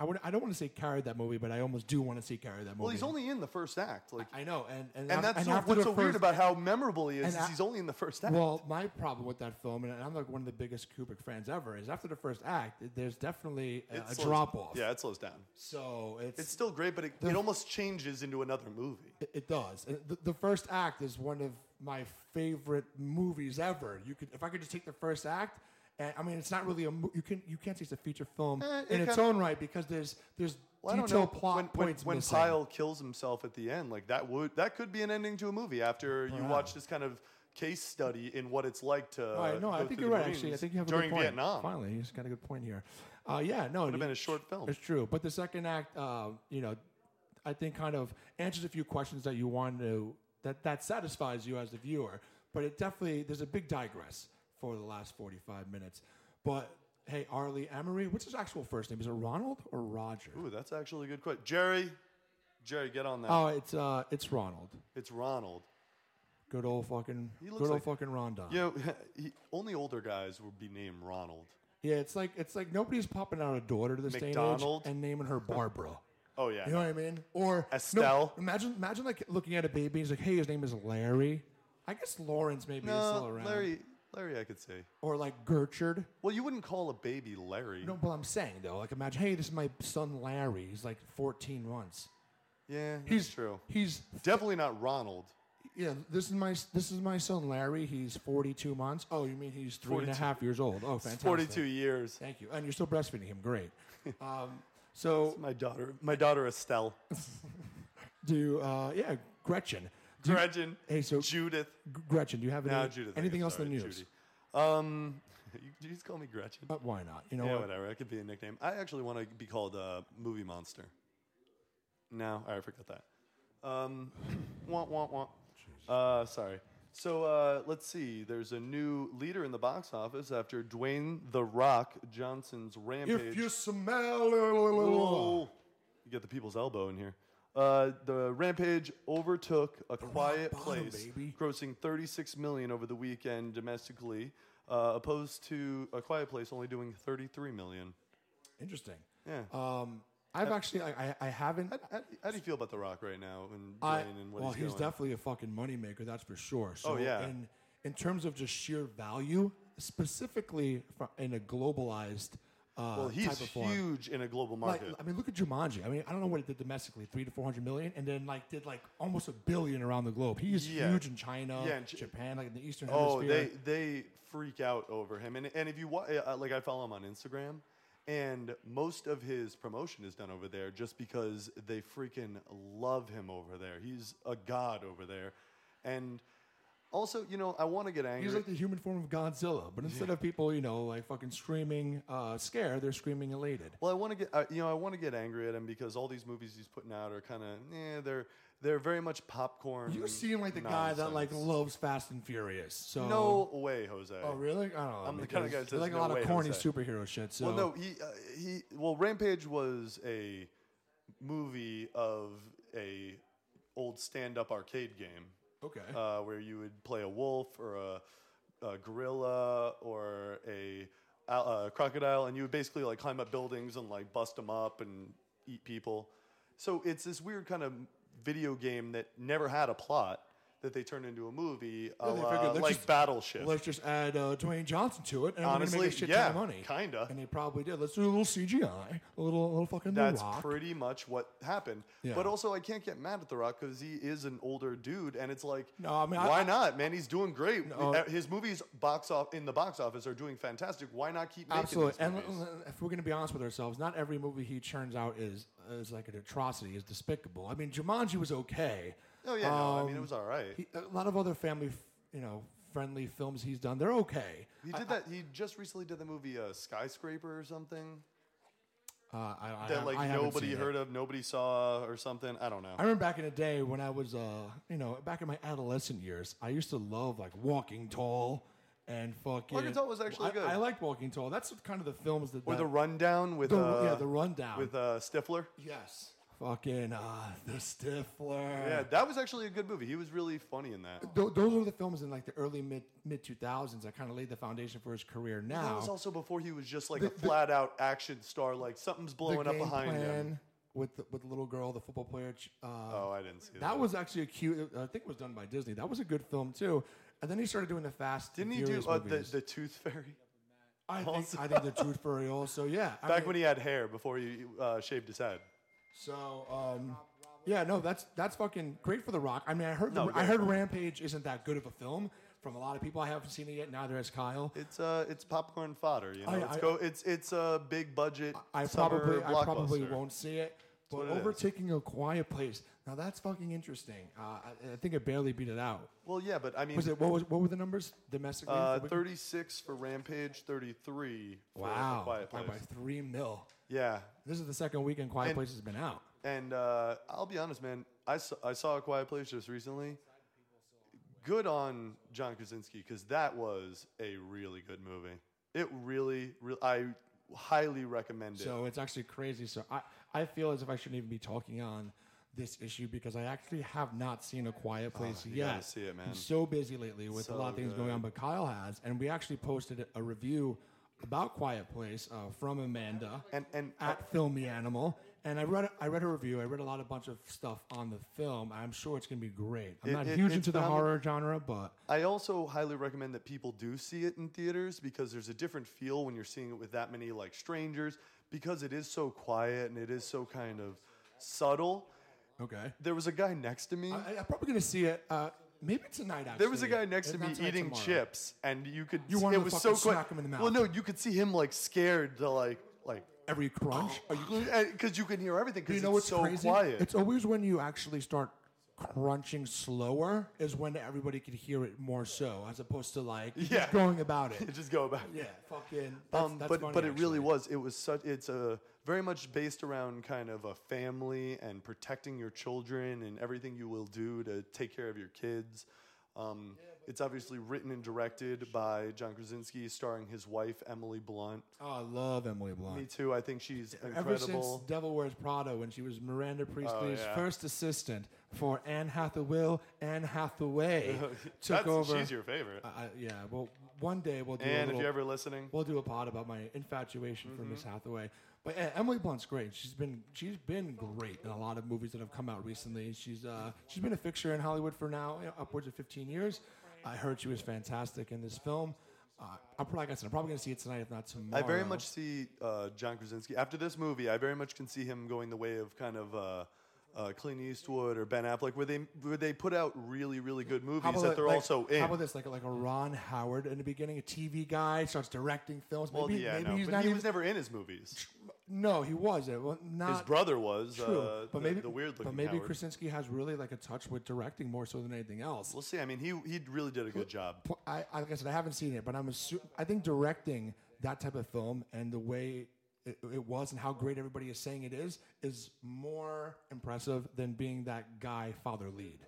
Speaker 1: I would. I don't want to say carried that movie, but I almost do want to see carried that movie.
Speaker 2: Well, he's only in the first act, like,
Speaker 1: I know, and and, af-
Speaker 2: and that's
Speaker 1: and
Speaker 2: not
Speaker 1: after
Speaker 2: what's
Speaker 1: the
Speaker 2: so weird
Speaker 1: first-
Speaker 2: about how memorable he is.
Speaker 1: and
Speaker 2: is
Speaker 1: a-
Speaker 2: he's only in the first act.
Speaker 1: Well, my problem with that film, and I'm like one of the biggest Kubrick fans ever, is after the first act, there's definitely a,
Speaker 2: It
Speaker 1: a
Speaker 2: slows-
Speaker 1: drop off.
Speaker 2: Yeah, it slows down.
Speaker 1: So it's,
Speaker 2: It's still great, but it, it almost changes into another movie.
Speaker 1: It- It does. And The, the first act is one of my favorite movies ever. You could, if I could just take the first act, and I mean, it's not really a mo- you can you can't say it's a feature film
Speaker 2: Eh, it
Speaker 1: in its
Speaker 2: kinda-
Speaker 1: own right because there's there's
Speaker 2: Well, I don't know.
Speaker 1: detailed plot
Speaker 2: when, when,
Speaker 1: points
Speaker 2: when
Speaker 1: missing.
Speaker 2: Pyle kills himself at the end, like that would that could be an ending to a movie after you watch this kind of case study in what it's like to.
Speaker 1: All right, no, I
Speaker 2: uh, go
Speaker 1: think
Speaker 2: through
Speaker 1: you're
Speaker 2: the
Speaker 1: right. Actually, I
Speaker 2: Marines
Speaker 1: think you have a
Speaker 2: during
Speaker 1: good point.
Speaker 2: Vietnam.
Speaker 1: Finally, he's got a good point here. Uh, yeah, no,
Speaker 2: Would have been a short film.
Speaker 1: It's true, but the second act, uh, you know, I think kind of answers a few questions that you want to that that satisfies you as the viewer. But it definitely there's a big digress for the last 45 minutes. But hey, Arlie Emery, what's his actual first name? Is it Ronald or Roger?
Speaker 2: Ooh, that's actually a good question, Jerry. Jerry, get on that.
Speaker 1: Oh, it's uh, it's Ronald.
Speaker 2: it's Ronald.
Speaker 1: Good old fucking,
Speaker 2: looks
Speaker 1: good old
Speaker 2: like-
Speaker 1: fucking Rondon.
Speaker 2: You know, he, only older guys would be named Ronald.
Speaker 1: Yeah, it's like it's like nobody's popping out a daughter to this day and
Speaker 2: McDonald?
Speaker 1: age and naming her Barbara.
Speaker 2: Oh yeah,
Speaker 1: You know what I mean? Or no,
Speaker 2: Estelle.
Speaker 1: imagine, imagine like looking at a baby. and He's like, "Hey, his name is Larry." I guess Lawrence maybe is still
Speaker 2: no,
Speaker 1: around.
Speaker 2: Larry. Larry, I could say.
Speaker 1: Or like Gertrude.
Speaker 2: Well, you wouldn't call a baby Larry.
Speaker 1: No, but I'm saying though, like imagine, hey, this is my son Larry. He's like 14 months.
Speaker 2: Yeah, that's
Speaker 1: He's
Speaker 2: true.
Speaker 1: He's
Speaker 2: Definitely not Ronald.
Speaker 1: yeah. This is my this is my son Larry. He's 42 months. Oh, you mean he's three and a
Speaker 2: 42.
Speaker 1: half years old? Oh, fantastic.
Speaker 2: 42 years.
Speaker 1: Thank you. And you're still breastfeeding him. Great. um, so
Speaker 2: My daughter, my daughter Estelle,
Speaker 1: do uh, yeah, Gretchen. Do you-
Speaker 2: Gretchen,
Speaker 1: hey, so
Speaker 2: Judith.
Speaker 1: Gretchen, do you have any,
Speaker 2: No, Judith. I
Speaker 1: anything
Speaker 2: guess,
Speaker 1: else in the
Speaker 2: sorry,
Speaker 1: news? Oh,
Speaker 2: Judy. Um, you, you just call me Gretchen.
Speaker 1: But why not? You know
Speaker 2: yeah,
Speaker 1: what?
Speaker 2: whatever. That could be a nickname. I actually want to be called uh, Movie Monster. No, all right, I forgot that. Um, womp, womp, womp. Uh, sorry. So uh, let's see. There's a new leader in the box office after Dwayne The Rock Johnson's Rampage.
Speaker 1: If you smell
Speaker 2: Whoa. You get the people's elbow in here. Uh, the rampage overtook a quiet
Speaker 1: bottom,
Speaker 2: place,
Speaker 1: baby.
Speaker 2: grossing 36 million over the weekend domestically, uh, opposed to a quiet place only doing 33 million.
Speaker 1: interesting.
Speaker 2: Yeah.
Speaker 1: Um, I've actually I, I, I haven't.
Speaker 2: how, how do you feel about The Rock right now and
Speaker 1: I,
Speaker 2: Dwayne and what
Speaker 1: well,
Speaker 2: he's,
Speaker 1: he's,
Speaker 2: doing?
Speaker 1: definitely a fucking moneymaker, that's for sure. So
Speaker 2: Oh, yeah.
Speaker 1: In in terms of just sheer value, specifically fro- in a globalized uh,
Speaker 2: well, he's
Speaker 1: type of form.
Speaker 2: huge in a global
Speaker 1: Like,
Speaker 2: market.
Speaker 1: I mean, look at Jumanji. I mean, I don't know what it did domestically, three to four hundred million, and then like did like almost a billion around the globe. He's
Speaker 2: Yeah.
Speaker 1: huge in China,
Speaker 2: Yeah, and Ch-
Speaker 1: Japan, like in the Eastern
Speaker 2: Oh,
Speaker 1: Hemisphere.
Speaker 2: they they freak out over him, and and if you wa- uh, like, I follow him on Instagram, and most of his promotion is done over there, just because they freaking love him over there. He's a god over there, and Also, you know, I want to get angry.
Speaker 1: He's like the human form of Godzilla, but instead of people, you know, like fucking screaming uh, scared, they're screaming elated.
Speaker 2: Well, I want to get uh, you know I want to get angry at him because all these movies he's putting out are kind of eh, they're they're very much popcorn.
Speaker 1: You seem like the guy that like
Speaker 2: Mm. nonsense.
Speaker 1: loves Fast and Furious. So
Speaker 2: no way, Jose.
Speaker 1: Oh really? I don't know.
Speaker 2: I'm the kinda
Speaker 1: because
Speaker 2: guy that
Speaker 1: they
Speaker 2: says
Speaker 1: like a
Speaker 2: no
Speaker 1: lot
Speaker 2: way,
Speaker 1: of corny
Speaker 2: Jose.
Speaker 1: superhero shit. So
Speaker 2: Well, no, he uh, he. Well, Rampage was a movie of a old stand-up arcade game
Speaker 1: okay.
Speaker 2: uh, where you would play a wolf or a, a gorilla or a, a crocodile, and you would basically like climb up buildings and like bust them up and eat people. So it's this weird kind of video game that never had a plot that they turned into a movie, a
Speaker 1: they
Speaker 2: la-
Speaker 1: figured, let's
Speaker 2: like
Speaker 1: just-
Speaker 2: Battleship.
Speaker 1: Let's just add uh, Dwayne Johnson to it, and
Speaker 2: Honestly,
Speaker 1: we're gonna make a shit
Speaker 2: yeah,
Speaker 1: ton of money.
Speaker 2: kinda.
Speaker 1: And they probably did. Let's do a little CGI, a little, a little fucking The
Speaker 2: That's
Speaker 1: Rock.
Speaker 2: pretty much what happened.
Speaker 1: Yeah.
Speaker 2: But also, I can't get mad at The Rock because he is an older dude, and it's like,
Speaker 1: No, I mean, I-
Speaker 2: why
Speaker 1: I-
Speaker 2: not, man? He's doing great.
Speaker 1: No.
Speaker 2: Uh, His movies box off in the box office are doing fantastic. Why not keep making
Speaker 1: Absolutely.
Speaker 2: these
Speaker 1: And
Speaker 2: movies?
Speaker 1: l- l- if we're going to be honest with ourselves, not every movie he churns out is is like an atrocity, is despicable. I mean, Jumanji was okay.
Speaker 2: oh yeah, no, I mean it was all right. He,
Speaker 1: um, He, a lot of other family, f- you know, friendly films he's done, they're okay.
Speaker 2: did that. He just recently did the movie uh, Skyscraper or something
Speaker 1: Uh, I, I,
Speaker 2: that like
Speaker 1: I haven't
Speaker 2: nobody
Speaker 1: seen
Speaker 2: heard
Speaker 1: It.
Speaker 2: of, nobody saw or something. I don't know.
Speaker 1: I remember back in the day when I was, uh, you know, back in my adolescent years, I used to love like Walking Tall and fucking.
Speaker 2: Walking Tall was actually
Speaker 1: I,
Speaker 2: good.
Speaker 1: I liked Walking Tall. That's kind of the films that.
Speaker 2: or
Speaker 1: that-
Speaker 2: the rundown with
Speaker 1: the-
Speaker 2: uh,
Speaker 1: yeah, the rundown.
Speaker 2: with uh, Stifler.
Speaker 1: yes. Fucking uh, the Stifler.
Speaker 2: Yeah, that was actually a good movie. He was really funny in that.
Speaker 1: Tho- those were the films in like the early mid mid 2000s that kind of laid the foundation for his career
Speaker 2: That
Speaker 1: now
Speaker 2: was also before he was just like a
Speaker 1: the-
Speaker 2: flat out action star. Like something's
Speaker 1: the
Speaker 2: blowing up behind him.
Speaker 1: with the, with the little girl the football player ch- uh,
Speaker 2: Oh, I didn't see that.
Speaker 1: that was actually a cute i think it was done by disney that was a good film too and then he started doing the fast
Speaker 2: Didn't
Speaker 1: and
Speaker 2: he do
Speaker 1: Furious
Speaker 2: uh, the,
Speaker 1: movies.
Speaker 2: the Tooth Fairy?
Speaker 1: I, think,
Speaker 2: also-
Speaker 1: I think the tooth fairy also yeah I
Speaker 2: Back
Speaker 1: mean,
Speaker 2: when he had hair before he uh, shaved his head.
Speaker 1: so um yeah no that's that's fucking great for the rock i mean i heard
Speaker 2: No,
Speaker 1: the, i
Speaker 2: great.
Speaker 1: heard rampage isn't that good of a film from a lot of people i haven't seen it yet neither has kyle
Speaker 2: It's uh, it's popcorn fodder. You know,
Speaker 1: I-
Speaker 2: it's
Speaker 1: I-
Speaker 2: go. It's it's a big budget.
Speaker 1: I
Speaker 2: summer
Speaker 1: probably I probably
Speaker 2: blockbuster.
Speaker 1: won't see it. But
Speaker 2: what it is.
Speaker 1: overtaking a quiet place. Now that's fucking interesting. Uh, I, I think it barely beat it out.
Speaker 2: Well, yeah, but I mean,
Speaker 1: Was it what was what were the numbers domestically?
Speaker 2: uh,
Speaker 1: for Wicked?
Speaker 2: thirty six for Rampage, thirty three.
Speaker 1: Wow,
Speaker 2: for A Quiet
Speaker 1: by,
Speaker 2: Place.
Speaker 1: by three mil.
Speaker 2: Yeah,
Speaker 1: This is the second weekend Quiet
Speaker 2: And-
Speaker 1: Place has been out.
Speaker 2: and uh, I'll be honest, man. I saw, I saw a Quiet Place just recently. Good on John Krasinski because that was a really good movie. It really, re- I highly recommend it.
Speaker 1: So it's actually crazy. So I, I feel as if I shouldn't even be talking on this issue because I actually have not seen a quiet place
Speaker 2: Ah, you
Speaker 1: yet.
Speaker 2: gotta see it, man.
Speaker 1: I'm so busy lately with a lot of
Speaker 2: So
Speaker 1: things going on, but Kyle has, and we actually posted a review about Quiet Place uh, from Amanda
Speaker 2: And- and-
Speaker 1: at Filmy Animal. And I read I read a review. I read a lot of bunch of stuff on the film. I'm sure it's gonna be great. I'm
Speaker 2: It-
Speaker 1: not
Speaker 2: it-
Speaker 1: huge
Speaker 2: it's
Speaker 1: into the
Speaker 2: phenomenal.
Speaker 1: horror genre, but
Speaker 2: I also highly recommend that people do see it in theaters because there's a different feel when you're seeing it with that many like strangers because it is so quiet and it is so kind of subtle.
Speaker 1: okay.
Speaker 2: There was a guy next to me.
Speaker 1: I, I'm probably gonna see it. Uh, maybe tonight. Actually,
Speaker 2: There was a guy next to
Speaker 1: If
Speaker 2: me
Speaker 1: not tonight,
Speaker 2: eating
Speaker 1: tomorrow.
Speaker 2: chips, and you could.
Speaker 1: You wanted
Speaker 2: it
Speaker 1: to
Speaker 2: was
Speaker 1: fucking
Speaker 2: so quick.
Speaker 1: smack him in the
Speaker 2: Well, no,
Speaker 1: mouth.
Speaker 2: you could see him like scared to like like
Speaker 1: Every crunch.
Speaker 2: because you can hear everything because
Speaker 1: You know what's
Speaker 2: Oh, it's so
Speaker 1: crazy?
Speaker 2: quiet.
Speaker 1: It's always when you actually start crunching slower is when everybody can hear it more so, as opposed to like you
Speaker 2: Yeah.
Speaker 1: just going about it.
Speaker 2: just go back.
Speaker 1: yeah, fucking. That's,
Speaker 2: um,
Speaker 1: that's
Speaker 2: but
Speaker 1: funny,
Speaker 2: but it
Speaker 1: actually.
Speaker 2: really was. It was such. It's a very much based around kind of a family and protecting your children and everything you will do to take care of your kids. Um, it's obviously written and directed by John Krasinski, starring his wife Emily Blunt.
Speaker 1: Oh, I love Emily Blunt.
Speaker 2: Me too. I think she's incredible. Oh,
Speaker 1: Ever since Devil Wears Prada, when she was Miranda Priestley's
Speaker 2: yeah.
Speaker 1: first assistant for Anne Hathaway, Anne Hathaway took
Speaker 2: That's-
Speaker 1: over.
Speaker 2: She's your favorite.
Speaker 1: I- I- yeah, well, one day we'll do. a
Speaker 2: and if
Speaker 1: little-
Speaker 2: you're ever listening,
Speaker 1: We'll do a pod about my infatuation for Miss Hathaway. But yeah, Emily Blunt's great. She's been she's been great in a lot of movies that have come out recently. She's uh, she's been a fixture in Hollywood for now you know, upwards of 15 years. I heard she was fantastic in this film. Uh, I'm probably like I said, I'm probably gonna see it tonight, if not
Speaker 2: I
Speaker 1: tomorrow.
Speaker 2: very much see uh, John Krasinski after this movie. I very much can see him going the way of kind of uh, uh, Clint Eastwood or Ben Affleck, where they where they put out really really good
Speaker 1: How
Speaker 2: movies
Speaker 1: about
Speaker 2: that they're
Speaker 1: like-
Speaker 2: also in.
Speaker 1: How about this? Like like a Ron Howard in the beginning, a TV guy starts directing films. Maybe
Speaker 2: well, yeah,
Speaker 1: maybe
Speaker 2: no,
Speaker 1: he's
Speaker 2: but
Speaker 1: not
Speaker 2: he
Speaker 1: even
Speaker 2: was never in his movies.
Speaker 1: No, he wasn't. Well, not
Speaker 2: His brother was
Speaker 1: true.
Speaker 2: uh,
Speaker 1: but
Speaker 2: the,
Speaker 1: maybe
Speaker 2: the weird looking
Speaker 1: But maybe
Speaker 2: Howard.
Speaker 1: Krasinski has really like a touch with directing more so than anything else.
Speaker 2: We'll see. I mean, he he really did a good job.
Speaker 1: Pl- I, I- like I said, I haven't seen it, but I'm assu- I think directing that type of film and the way it, it was and how great everybody is saying it is is more impressive than being that guy father lead.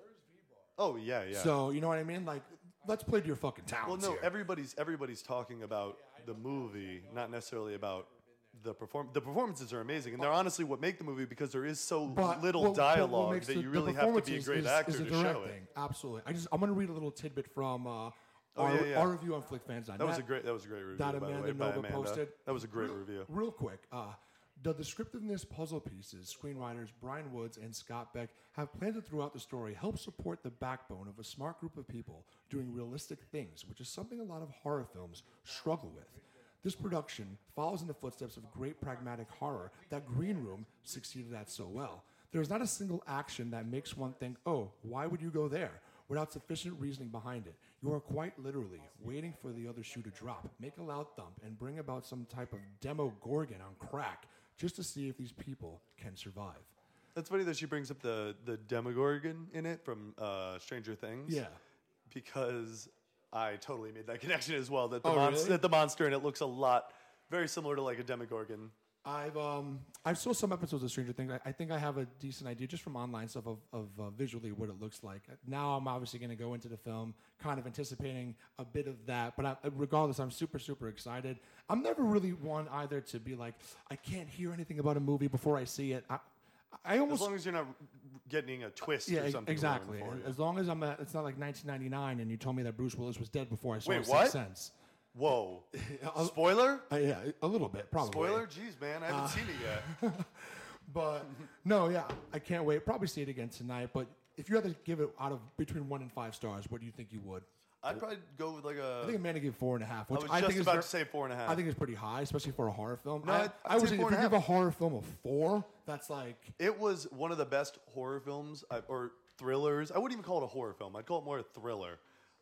Speaker 2: Oh yeah, yeah.
Speaker 1: So you know what I mean? Like, let's play to your fucking
Speaker 2: well,
Speaker 1: talents.
Speaker 2: no,
Speaker 1: here.
Speaker 2: everybody's everybody's talking about the movie, not necessarily about the perform. The performances are amazing, and they're honestly what make the movie because there is so
Speaker 1: But
Speaker 2: little
Speaker 1: what- what- what
Speaker 2: dialogue
Speaker 1: makes
Speaker 2: that
Speaker 1: the-
Speaker 2: you
Speaker 1: the
Speaker 2: really have to be a
Speaker 1: performances
Speaker 2: great
Speaker 1: is-
Speaker 2: actor
Speaker 1: is the
Speaker 2: to show it.
Speaker 1: directing. Absolutely. I just I'm gonna read a little tidbit from uh, our,
Speaker 2: Oh, yeah, yeah.
Speaker 1: our review on FlickFans.net.
Speaker 2: That was a great. That was a great review.
Speaker 1: that
Speaker 2: by the
Speaker 1: Amanda
Speaker 2: way, by
Speaker 1: Nova
Speaker 2: Amanda.
Speaker 1: posted.
Speaker 2: That was a great review.
Speaker 1: Real quick, uh, the descriptiveness puzzle pieces screenwriters Brian Woods and Scott Beck have planted throughout the story help support the backbone of a smart group of people doing realistic things, which is something a lot of horror films struggle with. This production follows in the footsteps of great pragmatic horror that Green Room succeeded at so well. There's not a single action that makes one think, oh, why would you go there? without sufficient reasoning behind it. You are quite literally waiting for the other shoe to drop, make a loud thump, and bring about some type of demo gorgon on crack just to see if these people can survive.
Speaker 2: That's funny that she brings up the the Demogorgon in it from uh, Stranger Things.
Speaker 1: Yeah.
Speaker 2: because I totally made that connection as well. That the,
Speaker 1: Oh,
Speaker 2: monst-
Speaker 1: really?
Speaker 2: that the monster in it looks a lot very similar to like a Demogorgon.
Speaker 1: I've um I saw some episodes of Stranger Things. I, I think I have a decent idea just from online stuff of, of uh, visually what it looks like. Now I'm obviously going to go into the film kind of anticipating a bit of that, but I, regardless, I'm super super excited. I'm never really one either to be like I can't hear anything about a movie before I see it. I, I almost
Speaker 2: As long as you're not getting a twist
Speaker 1: Yeah,
Speaker 2: or
Speaker 1: ex-
Speaker 2: something.
Speaker 1: exactly.
Speaker 2: ruined for you.
Speaker 1: As long as I'm, at, it's not like 1999, and you told me that Bruce Willis was dead before I saw
Speaker 2: Wait,
Speaker 1: Sixth
Speaker 2: what?
Speaker 1: Sense.
Speaker 2: Whoa. Spoiler?
Speaker 1: Uh, yeah, a little bit, probably. Uh,
Speaker 2: Spoiler? Jeez, man, I haven't seen it yet.
Speaker 1: But no, yeah, I can't wait. Probably see it again tonight. But if you had to give it out of between one and five stars, what do you think you would?
Speaker 2: I'd probably go with like a.
Speaker 1: I think Amanda gave four and a half, which
Speaker 2: was
Speaker 1: I
Speaker 2: just
Speaker 1: think is
Speaker 2: about
Speaker 1: ver-
Speaker 2: to say four and a half.
Speaker 1: I think it's pretty high, especially for a horror film.
Speaker 2: No,
Speaker 1: I,
Speaker 2: I'd-
Speaker 1: I
Speaker 2: I'd
Speaker 1: would
Speaker 2: say
Speaker 1: say
Speaker 2: four
Speaker 1: if
Speaker 2: and
Speaker 1: you
Speaker 2: a
Speaker 1: give a
Speaker 2: half.
Speaker 1: horror film a four, that's like
Speaker 2: it was one of the best horror films I've, or thrillers. I wouldn't even call it a horror film. I'd call it more a thriller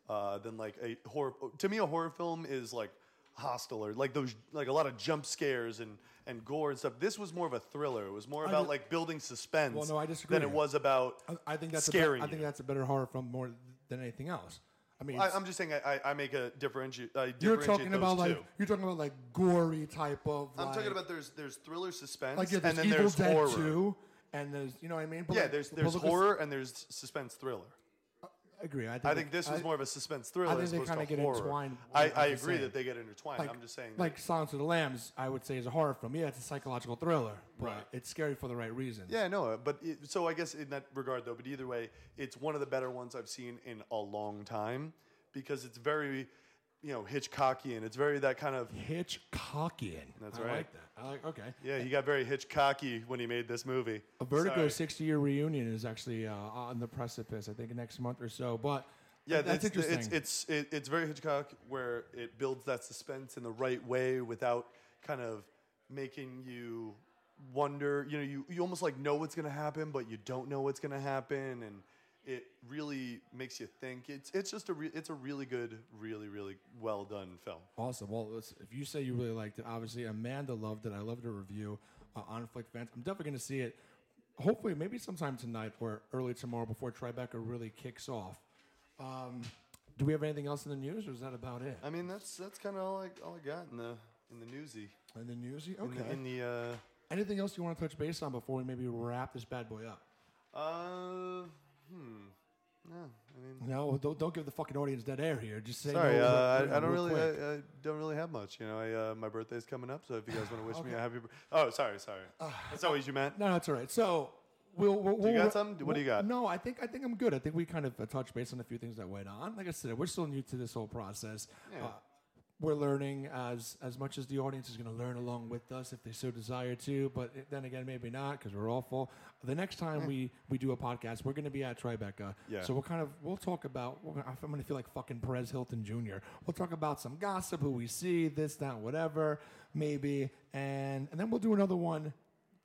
Speaker 2: uh, than like a horror. To me, a horror film is like hostile or like those like a lot of jump scares and and gore and stuff. This was more of a thriller. It was more about
Speaker 1: di-
Speaker 2: like building suspense.
Speaker 1: Well, no, I disagree.
Speaker 2: Than it was about.
Speaker 1: I- I think that's
Speaker 2: scary.
Speaker 1: A be- I think that's a better horror film more than anything else. I mean,
Speaker 2: I,
Speaker 1: it's-
Speaker 2: I'm just saying I, I, I make a differentiate. I differentiate
Speaker 1: you're talking
Speaker 2: those
Speaker 1: about
Speaker 2: two.
Speaker 1: like you're talking about like gory type of.
Speaker 2: I'm
Speaker 1: like-
Speaker 2: talking about there's there's thriller suspense
Speaker 1: like yeah,
Speaker 2: and
Speaker 1: there's
Speaker 2: then
Speaker 1: Evil
Speaker 2: there's
Speaker 1: Dead
Speaker 2: horror.
Speaker 1: 2, and there's you know what I mean. But
Speaker 2: Yeah,
Speaker 1: like-
Speaker 2: there's
Speaker 1: but
Speaker 2: there's
Speaker 1: look at-
Speaker 2: horror and there's suspense thriller.
Speaker 1: I agree. I think,
Speaker 2: I think this was
Speaker 1: I-
Speaker 2: more of a suspense thriller.
Speaker 1: I think
Speaker 2: as
Speaker 1: they
Speaker 2: opposed
Speaker 1: kinda
Speaker 2: to
Speaker 1: get
Speaker 2: horror.
Speaker 1: entwined
Speaker 2: I,
Speaker 1: with
Speaker 2: I
Speaker 1: the
Speaker 2: agree
Speaker 1: same.
Speaker 2: that they get intertwined.
Speaker 1: like,
Speaker 2: I'm just saying.
Speaker 1: like Silence of the Lambs. I would say is a horror film. Yeah, it's a psychological thriller, but it's scary for the right reasons.
Speaker 2: that, yeah, no, uh, but it, so I guess in that regard though. But either way, it's one of the better ones I've seen in a long time because it's very, you know, Hitchcockian. It's very that kind of.
Speaker 1: Hitchcockian.
Speaker 2: That's
Speaker 1: I
Speaker 2: right.
Speaker 1: like that. I like okay.
Speaker 2: Yeah, he got very Hitchcocky when he made this movie.
Speaker 1: A Vertigo
Speaker 2: Sorry.
Speaker 1: 60 year reunion is actually uh, on the precipice. I think next month or so. But
Speaker 2: Yeah,
Speaker 1: that's
Speaker 2: it's,
Speaker 1: interesting.
Speaker 2: It's it's it, it's very Hitchcock where it builds that suspense in the right way without kind of making you wonder. You know, you, you almost like know what's gonna happen, but you don't know what's gonna happen, and it really makes you think. It's it's just a re- it's a really good, really really well done film.
Speaker 1: Awesome. Well, let's, if you say you really liked it, obviously Amanda loved it. I loved her review uh, on Flick Fans. I'm definitely going to see it. Hopefully, maybe sometime tonight or early tomorrow before Tribeca really kicks off. Um, do we have anything else in the news, or is that about it?
Speaker 2: I mean, that's that's kind of all I all I got in the in the newsy
Speaker 1: In the newsy,
Speaker 2: in
Speaker 1: okay.
Speaker 2: the, in the uh,
Speaker 1: anything else you want to touch base on before we maybe wrap this bad boy up?
Speaker 2: uh hmm. No, I mean.
Speaker 1: No, don't, don't give the fucking audience dead air here. Just say
Speaker 2: Sorry,
Speaker 1: no,
Speaker 2: uh,
Speaker 1: like,
Speaker 2: I, I don't
Speaker 1: real
Speaker 2: really,
Speaker 1: quick.
Speaker 2: I, I don't really have much. You know, I, uh, my birthday's coming up, so if you guys want to wish me a happy, bir- oh, sorry, sorry,
Speaker 1: Ah.
Speaker 2: that's not what you meant.
Speaker 1: No, that's all right. So we'll. we'll do
Speaker 2: you got something? What do you got?
Speaker 1: No, I think I think I'm good. I think we kind of uh, touched base on a few things that went on. Like I said, we're still new to this whole process.
Speaker 2: Yeah.
Speaker 1: Uh, we're learning as as much as the audience is going to learn along with us if they so desire to. But it- then again, maybe not because we're awful. The next time we we do a podcast, we're going to be at Tribeca.
Speaker 2: Yeah.
Speaker 1: So we'll kind of we'll talk about. We're gonna, I'm going to feel like fucking Perez Hilton Jr. We'll talk about some gossip, who we see, this, that, whatever, maybe, and and then we'll do another one.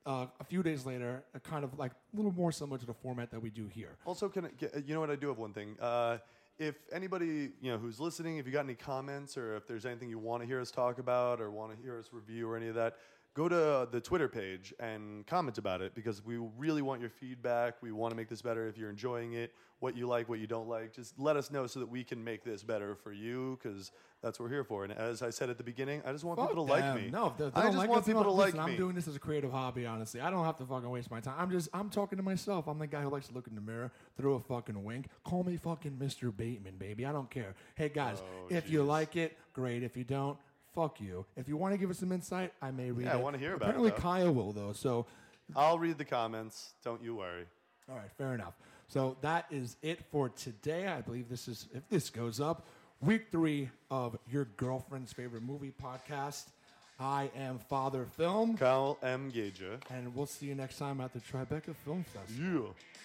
Speaker 1: Uh, a few days later, a kind of like a little more similar to the format that we do here.
Speaker 2: Also, can I get, uh, you know what? I do have one thing. Uh, if anybody you know who's listening, if you got any comments or if there's anything you want to hear us talk about or want to hear us review or any of that, go to the Twitter page and comment about it because we really want your feedback. We want to make this better. If you're enjoying it, what you like, what you don't like, just let us know so that we can make this better for you because that's what we're here for. And as I said at the beginning, I just want people to
Speaker 1: them.
Speaker 2: like me.
Speaker 1: No, if they, if they
Speaker 2: I
Speaker 1: don't
Speaker 2: just
Speaker 1: like
Speaker 2: want
Speaker 1: us,
Speaker 2: people to
Speaker 1: no,
Speaker 2: like
Speaker 1: listen,
Speaker 2: me.
Speaker 1: I'm doing this as a creative hobby, honestly. I don't have to fucking waste my time. I'm just I'm talking to myself. I'm the guy who likes to look in the mirror, throw a fucking wink. Call me fucking Mr. Bateman, baby. I don't care. Hey guys, if you
Speaker 2: Oh, jeez.
Speaker 1: like it, great. If you don't, fuck you. If you want to give us some insight, I may read
Speaker 2: Yeah,
Speaker 1: it.
Speaker 2: I wanna hear about it,
Speaker 1: Apparently
Speaker 2: though.
Speaker 1: Kyle will though. So
Speaker 2: I'll read the comments. Don't you worry.
Speaker 1: all right, fair enough. So that is it for today. I believe this is, if this goes up, week three of your girlfriend's favorite movie podcast. I am Father Film,
Speaker 2: Kyle M. Gager.
Speaker 1: and we'll see you next time at the Tribeca Film Festival.
Speaker 2: Yeah.